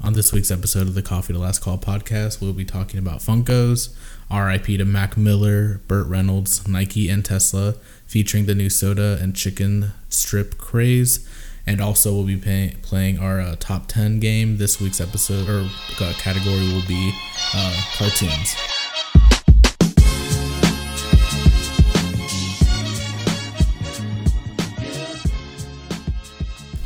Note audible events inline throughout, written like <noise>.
On this week's episode of the Coffee to Last Call podcast, we'll be talking about Funkos, RIP to Mac Miller, Burt Reynolds, Nike, and Tesla, featuring the new soda and chicken strip craze. And also, we'll be pay- playing our uh, top 10 game. This week's episode or uh, category will be uh, cartoons.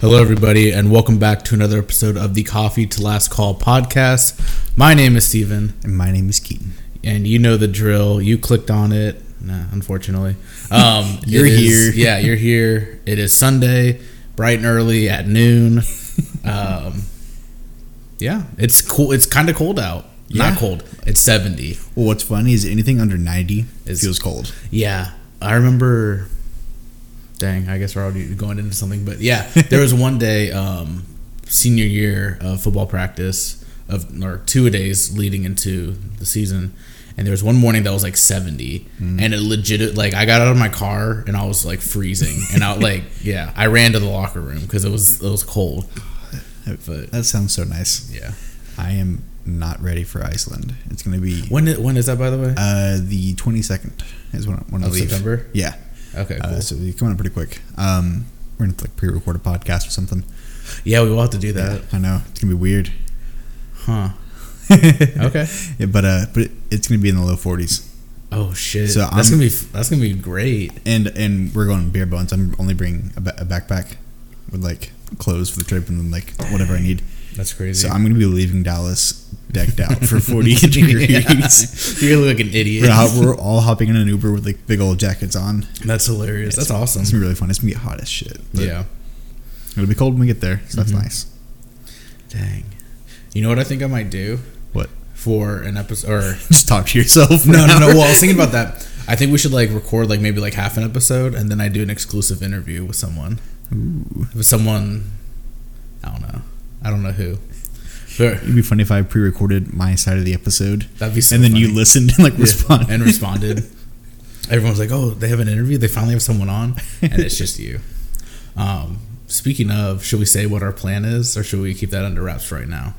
Hello, everybody, and welcome back to another episode of the Coffee to Last Call podcast. My name is Steven, And my name is Keaton. and you know the drill. You clicked on it, nah, <laughs> unfortunately. Um, You're it is- here. <laughs> Yeah, you're here. It is Sunday, bright and early at <laughs> noon. Um, yeah, it's cool. It's kind of cold out. Yeah. Not cold. It's 70. Well, what's funny is anything under 90 Is- feels cold. Yeah, I remember. Dang, I guess we're already going into something, but yeah, there was one day, um, senior year of football practice of or two a days leading into the season, and there was one morning that was like seventy, Mm. and it legit like I got out of my car and I was like freezing, and I <laughs> like yeah, I ran to the locker room because it was it was cold, but That sounds so nice. yeah. I am not ready for Iceland. It's going to be When i- when is that by the way? uh, the 22nd is when, I- when I Of leave. September? Yeah. Okay, Uh, cool. so you come on pretty quick. Um, we're going to like pre-record a podcast or something. Yeah, we will have to do that, I know. It's going to be weird. huh? <laughs> Okay. <laughs> Yeah, but uh, but it, it's going to be in the low 40s. Oh shit, So that's I'm- gonna be f- that's gonna be great. And and we're going bare bones. I'm only bringing a, ba- a backpack with like clothes for the trip and then like whatever I need. That's crazy. So I'm going to be leaving Dallas decked <laughs> out <laughs> for 40 degrees. You're like an idiot. We're, hop- we're all hopping in an Uber with like big old jackets on. That's hilarious. That's awesome. It's <laughs> gonna be really fun. It's gonna be hot as shit. but yeah. Mm-hmm. it'll be cold when we get there, so that's nice. <laughs> Dang. You know what I think I might do What? for an episode? <laughs> Or Just talk to yourself. no, no, no. Well, I was thinking about that. I think we should like record like maybe like half an episode, and then I do an exclusive interview with someone. Ooh. With someone, I don't know. I don't know who. But <laughs> It'd be funny if I pre-recorded my side of the episode, that'd be. So and then funny. you listened and like <laughs> Yeah. responded. and <laughs> responded. Everyone's like, "Oh, they have an interview. They finally have someone on," and it's just you. Um, speaking of, should we say what our plan is, or should we keep that under wraps right now?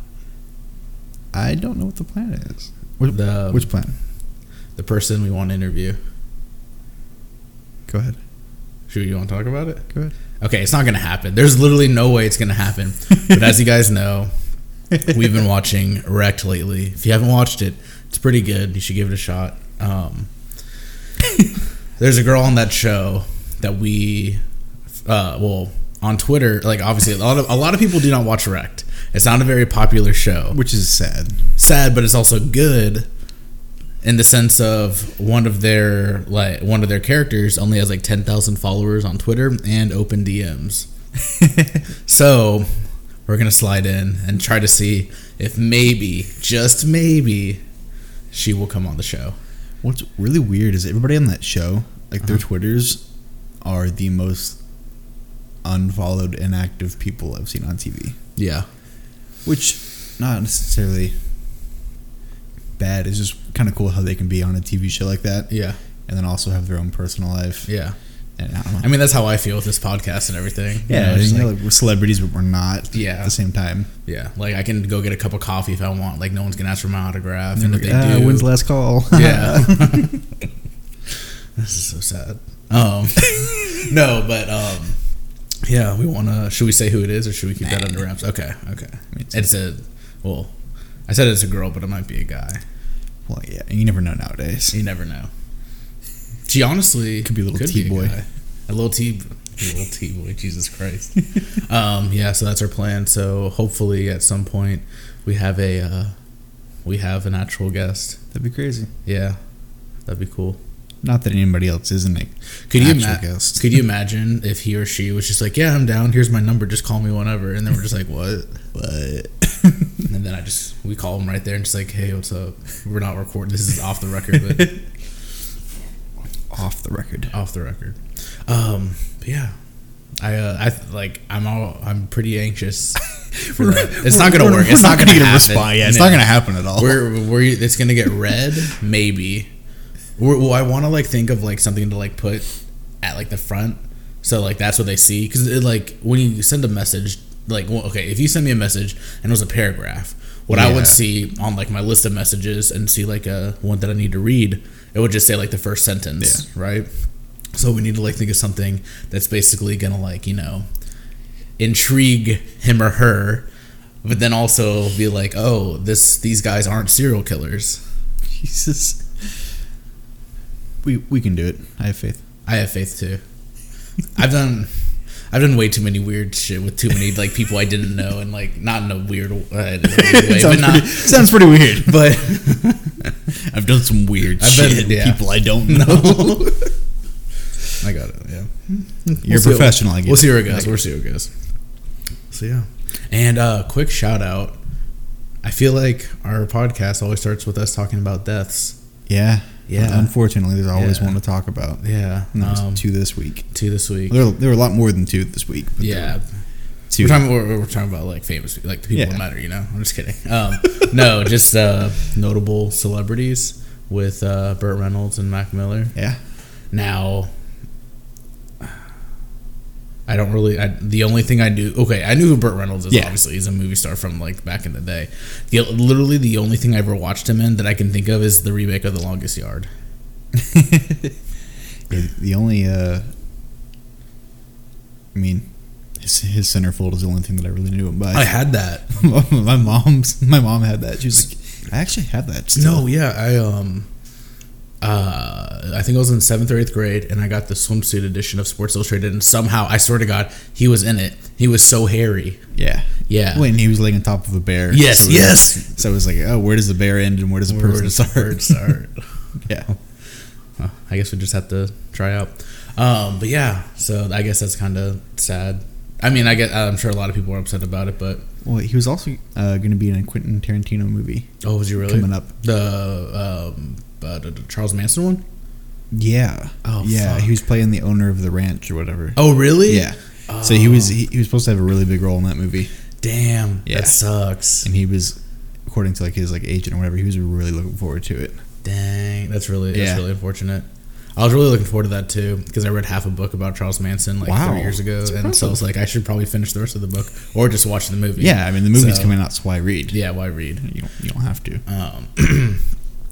<laughs> I don't know what the plan is. Which, The which plan? the person we want to interview. Go ahead. Should we want to talk about it? Go ahead. Okay, it's not gonna happen. There's literally no way it's gonna happen. But as you guys <laughs> know, we've been watching Wrecked lately. If you haven't watched it, it's pretty good. You should give it a shot. <laughs> Um, there's a girl on that show that we, uh, well, on Twitter, like obviously a lot of a lot of people do not watch Wrecked. It's not a very popular show. Which is sad. Sad, but it's also good in the sense of one of their like one of their characters only has like ten thousand followers on Twitter and open DMs. <laughs> So we're gonna slide in and try to see if maybe, just maybe, she will come on the show. What's really weird is everybody on that show, like Uh-huh. their Twitters, are the most unfollowed, inactive people I've seen on TV. Yeah. which not necessarily bad. It's just kind of cool how they can be on a TV show like that, Yeah. and then also have their own personal life. Yeah. And I don't know. I mean that's how I feel with this podcast and everything. You yeah, know, it's you know, like, like, we're celebrities, but we're not. Yeah. at the same time. yeah. Like I can go get a cup of coffee if I want. Like no one's gonna ask for my autograph. And, And if like, they ah, do when's the last call? Yeah. this is so sad. <laughs> Um No, but um yeah, we wanna should we say who it is or should we keep that under wraps? Okay, okay. mean, it's- It's a well I said it's a girl, but it might be a guy. <laughs> well, yeah, you never know nowadays. You never know. She honestly Could be a little T-boy. guy. a little T, a little T boy. Jesus Christ. um, yeah, so that's our plan. So hopefully, at some point, we have a uh, we have an actual guest. <laughs> That'd be crazy. Yeah, that'd be cool. Not that anybody else is an like, Could you actual ima- guest. could you imagine if he or she was just like, yeah, I'm down. Here's my number. Just call me whenever. And then we're just like, what? But And then I just we call him right there and just like, hey, what's up? We're not recording. This is off the record, <laughs> but off the record. off the record. Um, but yeah, I, uh, I th- like I'm all I'm pretty <laughs> anxious. For that. <laughs> It's not gonna We're- work. we're It's not gonna, get a happen. response. Yeah, it's not gonna happen at all. <laughs> We're, we're it's gonna get red. Maybe. We're, well, I want to like think of like something to like put at like the front, so like that's what they see. Because like when you send a message, like well, okay if you send me a message and it was a paragraph what i Yeah. would see on like my list of messages and see like a one that i need to read it would just say like the first sentence right so we need to like think of something that's basically gonna like you know intrigue him or her but then also be like oh this these guys aren't serial killers Jesus. We we can do it. I have faith. i have faith too i've done I've done way too many weird shit with too many like people I didn't know and like not in a weird, uh, in a weird <laughs> way, but sounds, not pretty, sounds pretty weird. but <laughs> I've done some weird I've been- shit <laughs> with yeah. people I don't know. I got it. Yeah, You're see- a professional. I guess. we'll see where it goes. We'll see where it goes. So yeah, and uh, quick shout out. I feel like our podcast always starts with us talking about deaths. Yeah. Yeah. Unfortunately, there's always Yeah. one to talk about. Yeah, And there was um, two, two this week. this week. There were, there were a lot more than two this week. But there Yeah, were we're Two. talking, we're, we're talking about like famous, like the people Yeah. that matter. You know, I'm just kidding. Um, <laughs> no, just uh, notable celebrities with uh, Burt Reynolds and Mac Miller. yeah. Now, I don't really. I, the only thing I knew, okay, I knew who Burt Reynolds is. Yeah. Obviously, he's a movie star from like back in the day. The, literally, the only thing I ever watched him in that I can think of is the remake of The Longest Yard. <laughs> Yeah, the only, uh, I mean, his, his centerfold is the only thing that I really knew him by. I had that. Oh, <laughs> my mom's, my mom had that. She was like, I actually had that. No, yeah, I um, uh, I think I was in seventh or eighth grade, and I got the swimsuit edition of Sports Illustrated, and somehow I swear to God, he was in it. He was so hairy. Yeah. Yeah. When he was laying on top of a bear. Yes, So it was- yes. so it was like, oh, where does the bear end and where does the person start? start? <laughs> Yeah. <laughs> Huh, I guess we just have to try out. Um, but yeah, so I guess that's kind of sad. I mean, I get. I'm sure a lot of people are upset about it, but Well, he was also uh, going to be in a Quentin Tarantino movie oh, was you really coming up. the um, uh, the, the Charles Manson one? Yeah. Oh, yeah. fuck. He was playing the owner of the ranch or whatever. Oh, really? Yeah. So he was he, he was supposed to have a really big role in that movie, Damn, Yeah. that sucks. and he was, according to like his like agent or whatever, he was really looking forward to it. Dang, that's really that's Yeah. really unfortunate. I was really looking forward to that too because I read half a book about Charles Manson like Wow. three years ago, That's and so I was like, I should probably finish the rest of the book or just watch the movie. Yeah, I mean the movie's So- coming out, so why read? Yeah, why read? You don't, you don't have to. Um, <clears throat>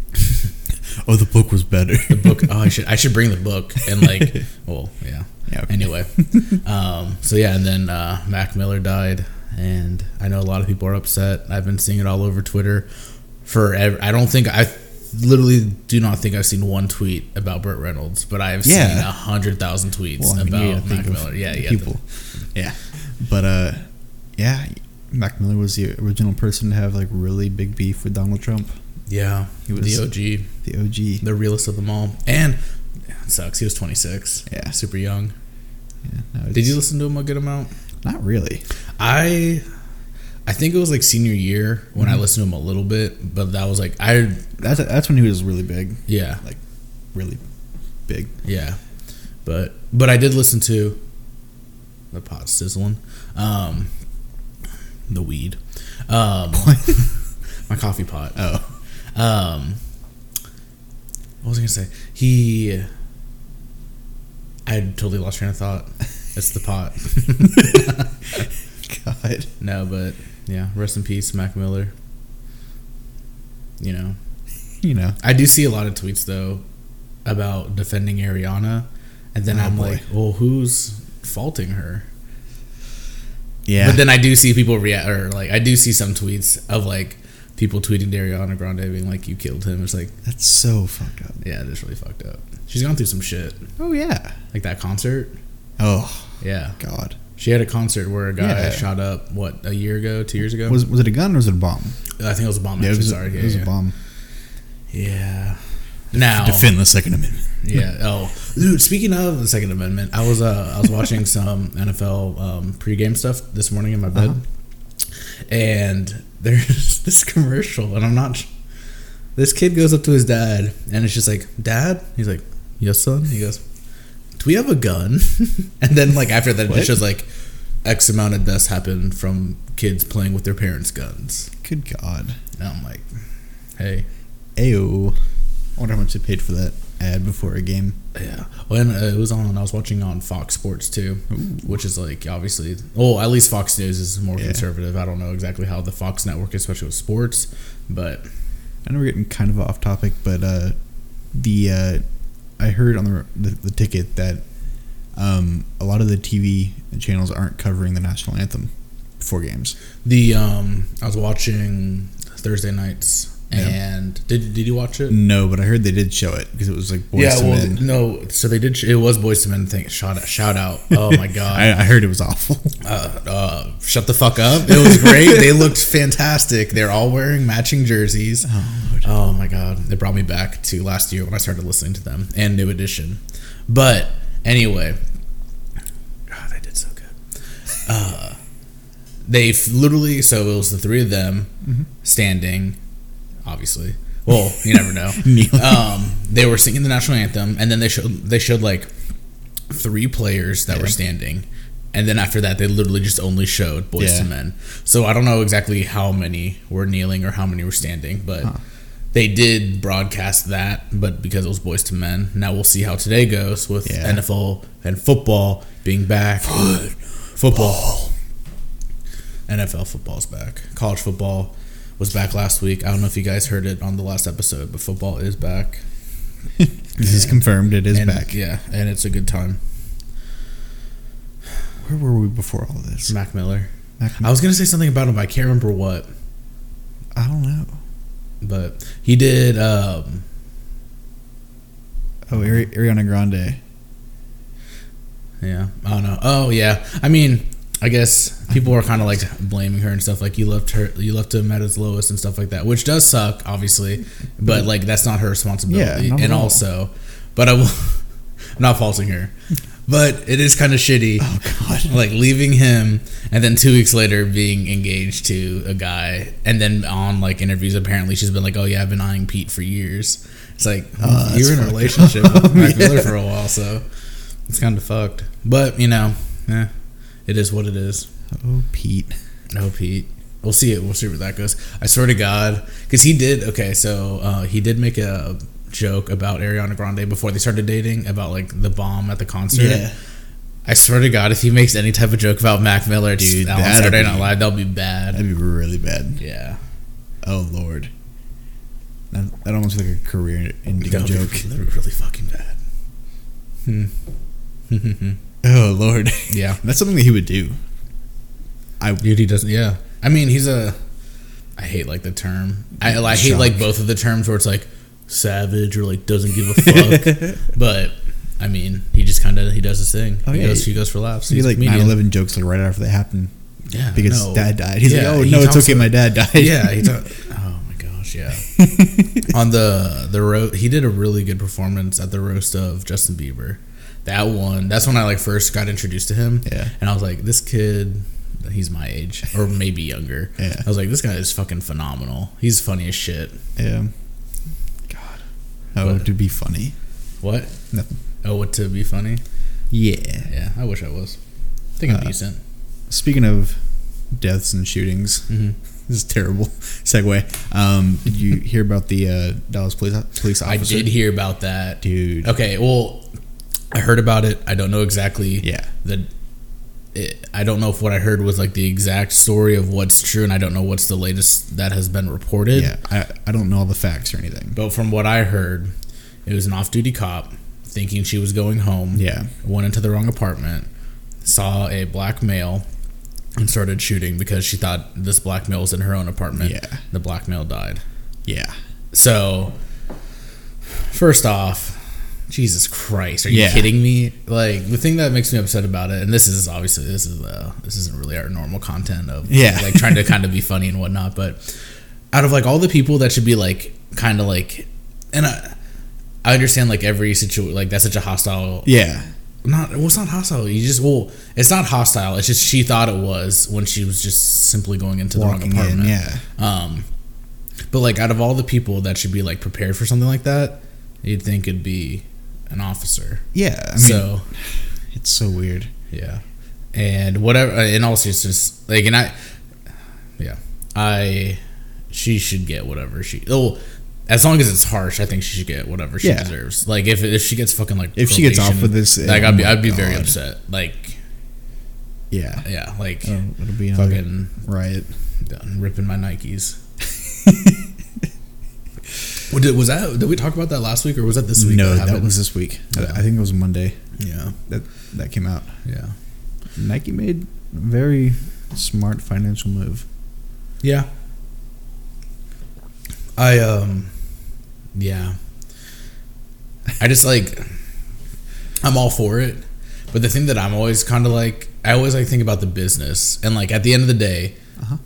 Oh, the book was better. the book. <laughs> Oh, I should I should bring the book and like, <laughs> well, yeah. Yeah, okay. Anyway, <laughs> um, so yeah, and then uh, Mac Miller died, and I know a lot of people are upset. I've been seeing it all over Twitter forever. I don't think I literally do not think I've seen one tweet about Burt Reynolds, but I've seen Yeah. a hundred thousand tweets Well, I mean, you about gotta think Mac of Miller. Yeah, yeah, people. yeah, but uh, yeah, Mac Miller was the original person to have like really big beef with Donald Trump, yeah. He was- the OG, the OG. the realest of them all, and yeah, it sucks. He was twenty six. Yeah. super young. Yeah, no, Did you listen to him a good amount? Not really. I I think it was like senior year when I listened to him a little bit, but that was like I That's that's when he was really big, yeah, really <laughs> big. yeah. But but I did listen to the pot sizzling. Um the weed. Um <laughs> my coffee pot. Oh, Um What was I gonna say? He I totally lost train of thought. It's the pot. <laughs> God. no, but yeah, rest in peace, Mac Miller. You know. You know, I do see a lot of tweets though about defending Ariana, and then Oh, I'm boy. like, well, who's faulting her? yeah. But then I do see people react, or like I do see some tweets of like people tweeting to Ariana Grande being like, "You killed him." It's like, that's so fucked up. yeah, that's really fucked up. She's gone through some shit, Oh yeah. like that concert. Oh Yeah, God. she had a concert where a guy Yeah. shot up what a year ago, two years ago. Was was it a gun or was it a bomb? I think it was a bomb. it actually, was, a- sorry. it yeah, was yeah. a bomb. Yeah. Now the Second Amendment. Yeah. Oh, dude. Speaking of the Second Amendment, I was uh, I was watching some NFL um, pregame stuff this morning in my bed, and there's <laughs> this commercial, and I'm not. This kid goes up to his dad, and it's just like, "Dad," he's like, "Yes, son." He goes, "Do we have a gun?" <laughs> and then, like after that, What? it shows like X amount of deaths happen from kids playing with their parents' guns, Good God. and I'm like, "Hey, Ayo. I wonder how much they paid for that. ad before a game. Yeah. Well, and uh, it was on. I was watching on Fox Sports too, which is like obviously. Well, at least Fox News is more Yeah. conservative. I don't know exactly how the Fox network, is, especially with sports, but I know we're getting kind of off topic, but uh, the uh, I heard on the, the the ticket that um, a lot of the TV channels aren't covering the national anthem before games. the um, I was watching Thursday nights, Yeah. and did did you watch it? No, but I heard they did show it because it was like Boys yeah. to Well, Men. Oh no. So they did. sh- It was Boys to Men. Thing. Shout out. Shout out. Oh <laughs> my god. I, I heard it was awful. uh, uh, shut the fuck up. It was great. they looked fantastic. They're all wearing matching jerseys. Oh, my god, it brought me back to last year when I started listening to them and New Edition. But anyway, God, I did so good. Uh, they f- literally so it was the three of them standing, obviously. Well, you never <laughs> know. Kneeling. um, they were singing the national anthem, and then they showed they showed like three players that were Yeah. standing. And then after that, they literally just only showed boys to Yeah. men. So I don't know exactly how many were kneeling or how many were standing, but they did broadcast that. But because it was boys to men, now we'll see how today goes with Yeah. NFL and football being back. Football. NFL football's back. College football was back last week. I don't know if you guys heard it on the last episode, but football is back. <laughs> this is confirmed. It is and, back. Yeah, and it's a good time. Where were we before all this? Mac Miller. Mac- I was gonna say something about him, but I can't remember what. I don't know. But he did. Um, Oh, Ari- Ariana Grande. yeah, I don't know. Oh yeah, I mean, I guess people are kind of like blaming her and stuff. Like you left her, you left him at his lowest and stuff like that, which does suck, obviously. But like that's not her responsibility. Yeah, not at and all. also, but I will, <laughs> I'm not faulting her. But it is kind of shitty. Oh God. like leaving him and then two weeks later being engaged to a guy and then on like interviews apparently she's been like oh yeah i've been eyeing pete for years it's like Oh, you're in a that's fucked relationship up. <laughs> with mac Yeah. miller for a while so it's kind of fucked but you know eh, it is what it is Oh, Pete. no pete we'll see it we'll see where that goes i swear to god because he did okay so uh, he did make a joke about ariana grande before they started dating about like the bomb at the concert I swear to God, if he makes any type of joke about Mac Miller, dude, Dude, on that'd Saturday be- Night Live, that'll be bad. that'd be really bad. Yeah, Oh Lord. That, that almost like a career-ending That'll be- joke. that'll be really fucking bad. Hmm. <laughs> Oh Lord. yeah, That's something that he would do. dude, he doesn't. Yeah, I mean, he's a. I hate like the term. I, I hate like Shock. both of the terms where it's like savage or like doesn't give a <laughs> fuck. but I mean, he just kind of he does his thing. Oh, he yeah, goes, he- he goes for laughs. He'd He's be like like comedian. 9/11 jokes like right after they happen Yeah, because no. dad died. He's Yeah, like, oh he's no, it's also- okay, my dad died. yeah, he <laughs> talk- oh my gosh, <laughs> yeah. On the the roast, he did a really good performance at the roast of Justin Bieber. That one, that's when I like first got introduced to him. Yeah. and I was like, this kid, he's my age or maybe younger. Yeah. I was like, this guy is fucking phenomenal. He's funny as shit. <laughs> yeah. God. Oh, But- to be funny. What? Nothing. Oh, what to be funny? Yeah. Yeah, I wish I was. I think I'm Uh, decent. Speaking of deaths and shootings, Mhm. <laughs> this is a terrible segue. Um, did you hear about the uh, Dallas police police I officer? did hear about that. dude. Okay, well, I heard about it. I don't know exactly. Yeah, the it, I don't know if what I heard was like the exact story of what's true, and I don't know what's the latest that has been reported. yeah. I, I don't know all the facts or anything. But from what I heard, it was an off-duty cop thinking she was going home. Yeah, Went into the wrong apartment, saw a black male, and started shooting because she thought this black male was in her own apartment. Yeah. The black male died. yeah, So, first off, Jesus Christ, are you Yeah. kidding me? Like the thing that makes me upset about it, and this is obviously this is uh, this isn't really our normal content of Yeah. like trying to kind of be funny and whatnot, but out of like all the people that should be like kind of like, and I, I understand like every situation like that's such a hostile yeah, not well, it's not hostile. You just well, it's not hostile. It's just she thought it was when she was just simply going into the Walking in, wrong apartment. yeah. Um, but like out of all the people that should be like prepared for something like that, you'd think it'd be an officer. yeah. I mean, so it's so weird. yeah, and whatever. uh, And also, it's just like, and I, yeah, I, she should get whatever she. Oh, as long as it's harsh, I think she should get whatever she Yeah. deserves. Like if if she gets fucking like If she gets off probation, with this, like oh I'd be my I'd be very God. upset. Like Yeah. yeah, like Oh, it'll be another fucking riot. done ripping my Nikes. <laughs> What did, was that? Did we talk about that last week or was that this week? no, that happened? was this week. I- Yeah. I think it was Monday yeah, that that came out. yeah, Nike made a very smart financial move. yeah. I um, yeah. I just like, I'm all for it, but the thing that I'm always kind of like, I always like think about the business and like at the end of the day, Uh-huh.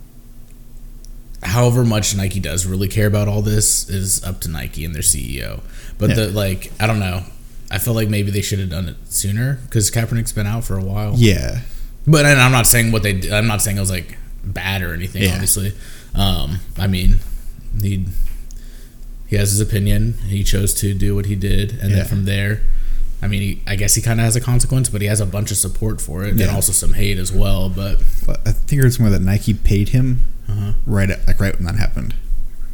however much Nike does really care about all this is up to Nike and their CEO. But Yeah. the like, I don't know. I feel like maybe they should have done it sooner because Kaepernick's been out for a while. Yeah. But and I'm not saying what they. did- I'm not saying it was like bad or anything. Yeah. Obviously, um, I mean, he he has his opinion. He chose to do what he did, and Yeah. then from there, I mean, he, I guess he kind of has a consequence, but he has a bunch of support for it, Yeah. and also some hate as well. But Well, I think I heard somewhere that Nike paid him uh right at, like right when that happened.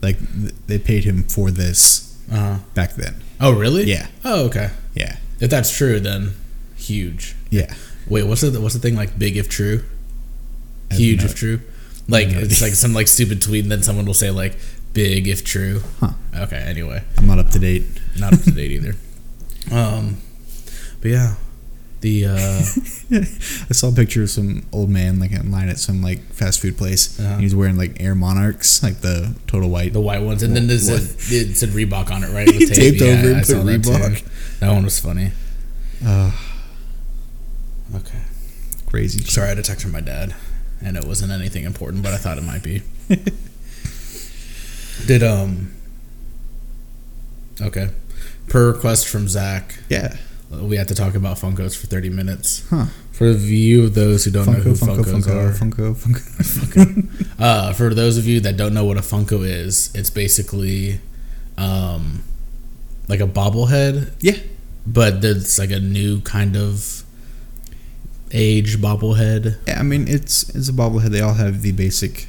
Like th- they paid him for this uh back then. oh really? Yeah. Oh okay. Yeah. If that's true, then huge. Yeah. Wait, what's the what's the thing like? Big if true, I have huge no- if true. Like no it's idea. like some like stupid tweet, and then someone will say like big if true. Huh. Okay. Anyway. I'm not up to date. not up to date either. <laughs> Um, but yeah, the uh, I saw a picture of some old man like in line at some like fast food place. Uh-huh. And he was wearing like Air Monarchs, like the total white. the white ones, and then there's a, it said Reebok on it, <laughs> right? He taped over and I put saw that too. Reebok. That one was funny. Ugh, Okay, crazy. sorry, I had a text from my dad, and it wasn't anything important, but I thought it might <laughs> be. Did um, okay, per request from Zach, Yeah. we have to talk about Funkos for thirty minutes. Huh. For the view of those who don't know who Funko, Funko, Funkos are, Funko, <laughs> Funko, Funko, Uh, for those of you that don't know what a Funko is, it's basically um, like a bobblehead, yeah. but it's like a new kind of age bobblehead. Yeah, I mean it's it's a bobblehead. They all have the basic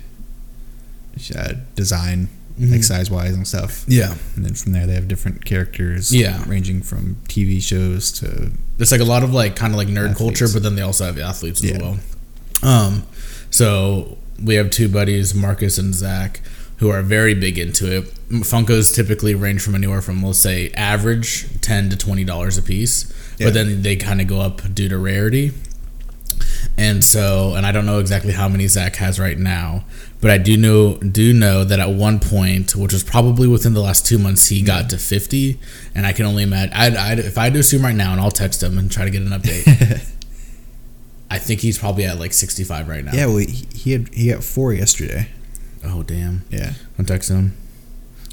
uh, design, like Mhm. size wise and stuff. Yeah, And then from there, they have different characters. Yeah. ranging from TV shows to there's like a lot of like kind of like nerd Athletes. culture, but then they also have athletes as Yeah. well. Um, so we have two buddies, Marcus and Zach, who are very big into it. Funkos typically range from anywhere from let's say average ten to twenty dollars a piece, Yeah. but then they kind of go up due to rarity. And so, and I don't know exactly how many Zach has right now, but I do know do know that at one point, which was probably within the last two months, he got to fifty, and I can only imagine. I'd, I'd, if I had to assume right now, and I'll text him and try to get an update. I think he's probably at like sixty five right now. yeah. Well, he, he had he got four yesterday. Oh damn. Yeah, I'll text him.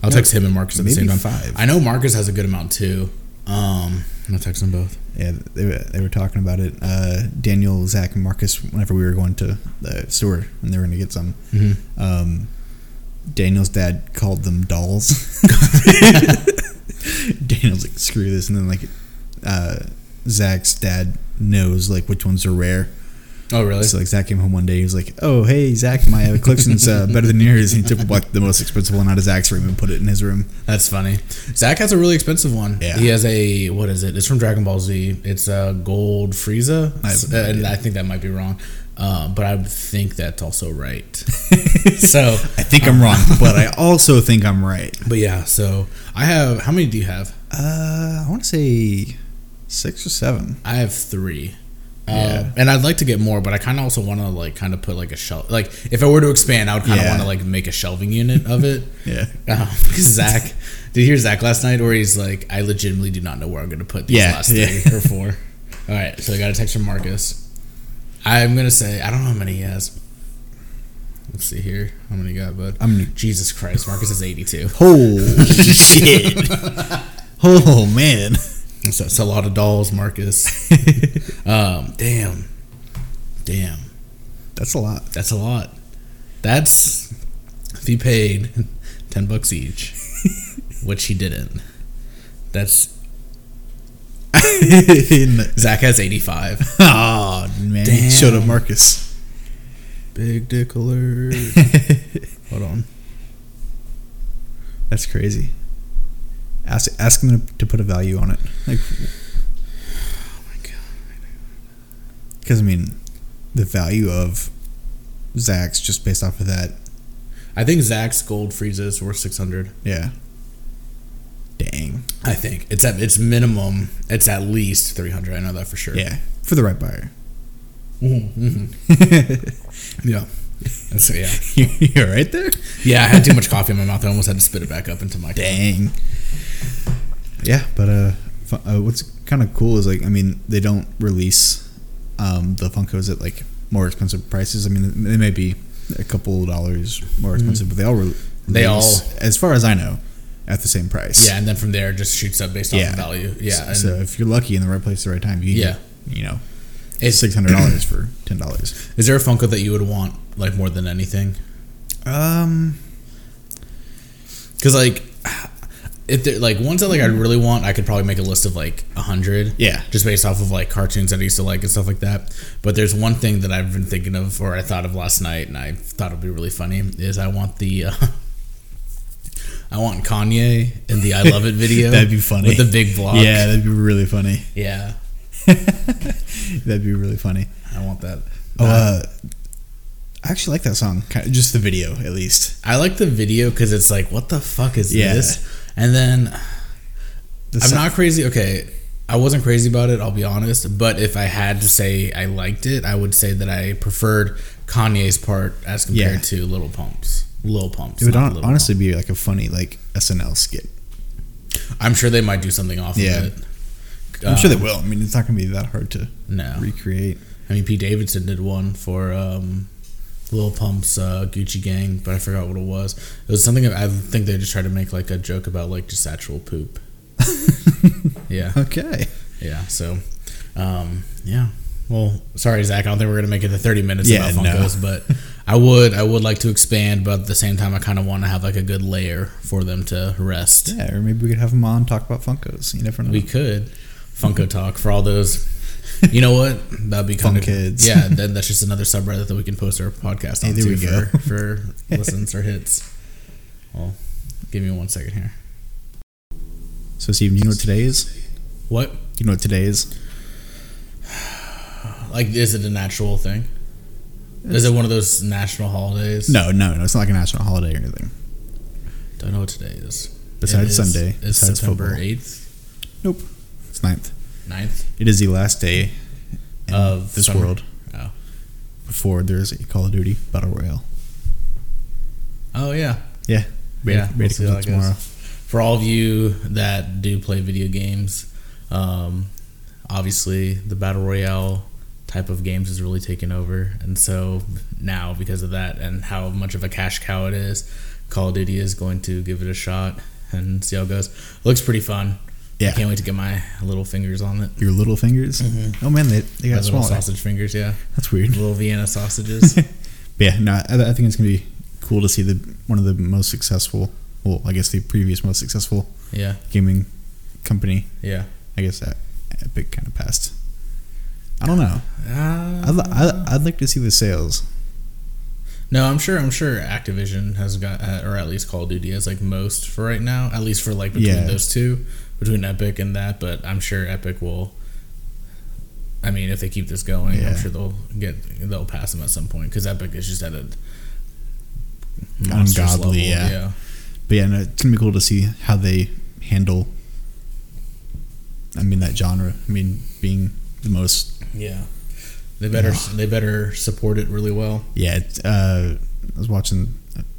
I'll Yeah. text him and Marcus at the Maybe same time. five. I know Marcus has a good amount too. Um, I'll text them both. yeah. They were, they were talking about it. Uh, Daniel, Zach, and Marcus. Whenever we were going to the store and they were going to get some, Mhm. um, Daniel's dad called them dolls. <laughs> Daniel's like, screw this, and then like, uh, Zach's dad knows like which ones are rare. Oh really? So like Zach came home one day, he was like, "Oh hey Zach, my collection's uh, better than yours." And he took like the most expensive one out of Zach's room and put it in his room. That's funny. Zach has a really expensive one. Yeah. He has a what is it? It's from Dragon Ball Z. It's a gold Frieza, I have no Uh, and idea. I think that might be wrong, uh, but I think that's also <laughs> right. so, I think I'm wrong, but I also think I'm right. but yeah. So I have how many do you have? Uh, I want to say six or seven. I have three. Yeah. Uh, and I'd like to get more, but I kind of also want to like kind of put like a shelf. Like if I were to expand, I would kind of Yeah. want to like make a shelving unit of it. <laughs> Yeah, Um, 'cause <laughs> Zach, did you hear Zach last night where he's like, I legitimately do not know where I'm going to put these Yeah, last yeah. three or <laughs> four. All right, so I got a text from Marcus. I'm going to say, I don't know how many he has. Let's see here. How many you got, bud? I'm gonna- Jesus Christ, Marcus is 82. holy shit. Oh man, So it's a lot of dolls, <laughs> Marcus. um, damn. Damn. that's a <laughs> lot. That's a lot. That's if he paid ten bucks <laughs> each, which he didn't. That's In- Zach has eighty five. oh man, he Damn. showed up Marcus. Big dick <laughs> alert. Hold on. that's crazy. Ask ask them to put a value on it, like Oh my god. because I mean, the value of Zach's just based off of that. I think Zach's gold freezes worth six hundred. Yeah. Dang. I think it's at it's minimum. It's at least three hundred. I know that for sure. Yeah, for the right buyer. Mhm, mhm. <laughs> yeah. And so yeah, <laughs> You're right there. yeah. I had too much coffee in my mouth. I almost had to spit it back up into my. Dang. Yeah, but uh, fu- uh what's kind of cool is like I mean they don't release um the Funkos at like more expensive prices. I mean they may be a couple dollars more expensive, but they all re- Mm-hmm. They release, all- as far as I know, at the same price. Yeah, and then from there it just shoots up based on Yeah. value. Yeah, and so if you're lucky in the right place at the right time, you yeah, Yeah. get, you know, It's- six hundred <clears throat> dollars for ten dollars. is there a Funko that you would want like more than anything? Um, Because like, <sighs> if there like ones that like I really want, I could probably make a list of like a hundred. Yeah. just based off of like cartoons that I used to like and stuff like that. But there's one thing that I've been thinking of, or I thought of last night, and I thought it'd be really funny. Is I want the. Uh, <laughs> I want Kanye in the "I Love <laughs> It" video. That'd be funny. with the big block. yeah, that'd be really funny. <laughs> yeah, that'd be really funny. I want that. Oh, uh, I actually like that song. Kind of, just the video, at least. I like the video because it's like, what the fuck is Yeah. this? And then The I'm so- not crazy. Okay, I wasn't crazy about it. I'll be honest. But if I had to say I liked it, I would say that I preferred Kanye's part as compared Yeah. to Little Pumps. Little Pumps. It would not hon- Lil honestly be like a funny like SNL skit. Pump. I'm sure they might do something off Yeah. of it. Uh, I'm sure they will. I mean, it's not going to be that hard to Uh-huh. No, recreate. I mean Pete Davidson did one for um, Little Pump's uh, Gucci Gang, but I forgot what it was. It was something I think they just tried to make like a joke about like just actual poop. <laughs> yeah. Okay. Yeah. So, um, yeah. Well, sorry, Zach. I don't think we're gonna make it to thirty minutes Yeah, about <laughs> Funkos, but I would, I would like to expand, but at the same time, I kind of want to have like a good layer for them to rest. Yeah, or maybe we could have them on talk about Funkos. You never know. We could Funko Talk for all those. You know what? <laughs> That'd be kind Fun of kids. Yeah. Then that's just another subreddit that we can post our podcast Hey, on there too we go. for, <laughs> for listens or hits. Well, give me one second here. so, Steven, you know what today is? What? You know what today is? Like, is it a natural thing? Is it one of those national holidays? No, no, no. It's not like a national holiday or anything. Don't know what today is. Besides It is- Sunday, It's besides September football. 8th, Nope. It's ninth. 9th. It is the last day in Of this summer. world Oh. before there's a Call of Duty Battle Royale. Oh, yeah. Yeah. Ready- yeah. ready we'll to see come how out it goes. tomorrow. For all of you that do play video games, um, obviously the Battle Royale type of games is really taken over. And so now, because of that and how much of a cash cow it is, Call of Duty is going to give it a shot and see how it goes. Looks pretty fun. Yeah. Can't wait to get my little fingers on it. Your little fingers. Oh man, My they, they got Mm-hmm. little smaller. sausage fingers, <laughs> yeah. That's weird. Little Vienna <laughs> sausages. But yeah, no, I, I think it's gonna be cool to see the one of the most successful, well, I guess the previous most successful yeah, gaming company. yeah. I guess that Epic kind of passed. I don't know. Uh, I'd, li- I'd, I'd like to see the sales. no, I'm sure. I'm sure Activision has got, uh, or at least Call of Duty has like most for right now. At least for like between Yeah. those two, between Epic and that. But I'm sure Epic will. I mean, if they keep this going, I'm Yeah. sure they'll get they'll pass them at some point because Epic is just at a monstrous Ungodly, yeah. But yeah, no, it's gonna be cool to see how they handle. I mean that genre. I mean being the most. yeah. They better they better support it really well. Yeah, it's, uh, I was watching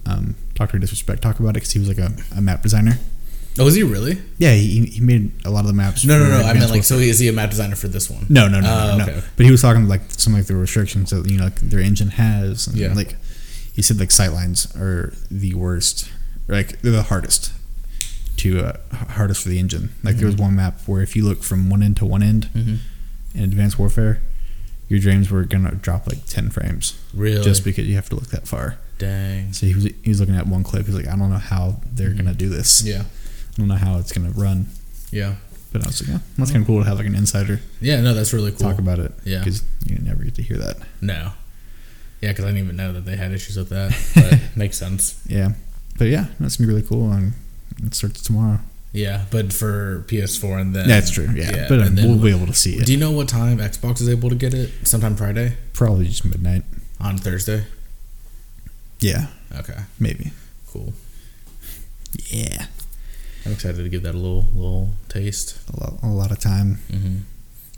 um, Doctor Disrespect talk about it because he was like a, a map designer. Oh, is he really? Yeah, he, he made a lot of the maps. No, no, for no. I Advanced meant like, Warfare. so is he a map designer for this one? No, no, no, Oh, no, okay. no. But he was talking like some like the restrictions that you know like their engine has. And, Yeah. Like he said, like sightlines are the worst, or, like they're the hardest to uh, h- hardest for the engine. Like there was Mm-hmm. one map where if you look from one end to one end Mhm. in Advanced Warfare, your dreams were gonna drop like ten frames Really? just because you have to look that far. Dang. So he was he was looking at one clip. He's like, I don't know how they're gonna do this. Mm-hmm. Yeah. I don't know how it's gonna run. Yeah. But I was like, yeah, that's Oh. kind of cool to have like an insider Yeah, no, that's really cool. talk about it. Yeah. because you never get to hear that. no. Yeah, because I didn't even know that they had issues with <laughs> that. But makes sense. Yeah, but yeah, that's gonna be really cool, and it starts tomorrow. Yeah, but for PS4 and then That's true. Yeah, but um, and then we'll what- be able to see it. Do you know what time Xbox is able to get it? Sometime Friday Probably just midnight. on Thursday. Yeah, Okay, maybe. cool. Yeah, I'm excited to give that a little little taste. a lot, a lot of time. Mm-hmm.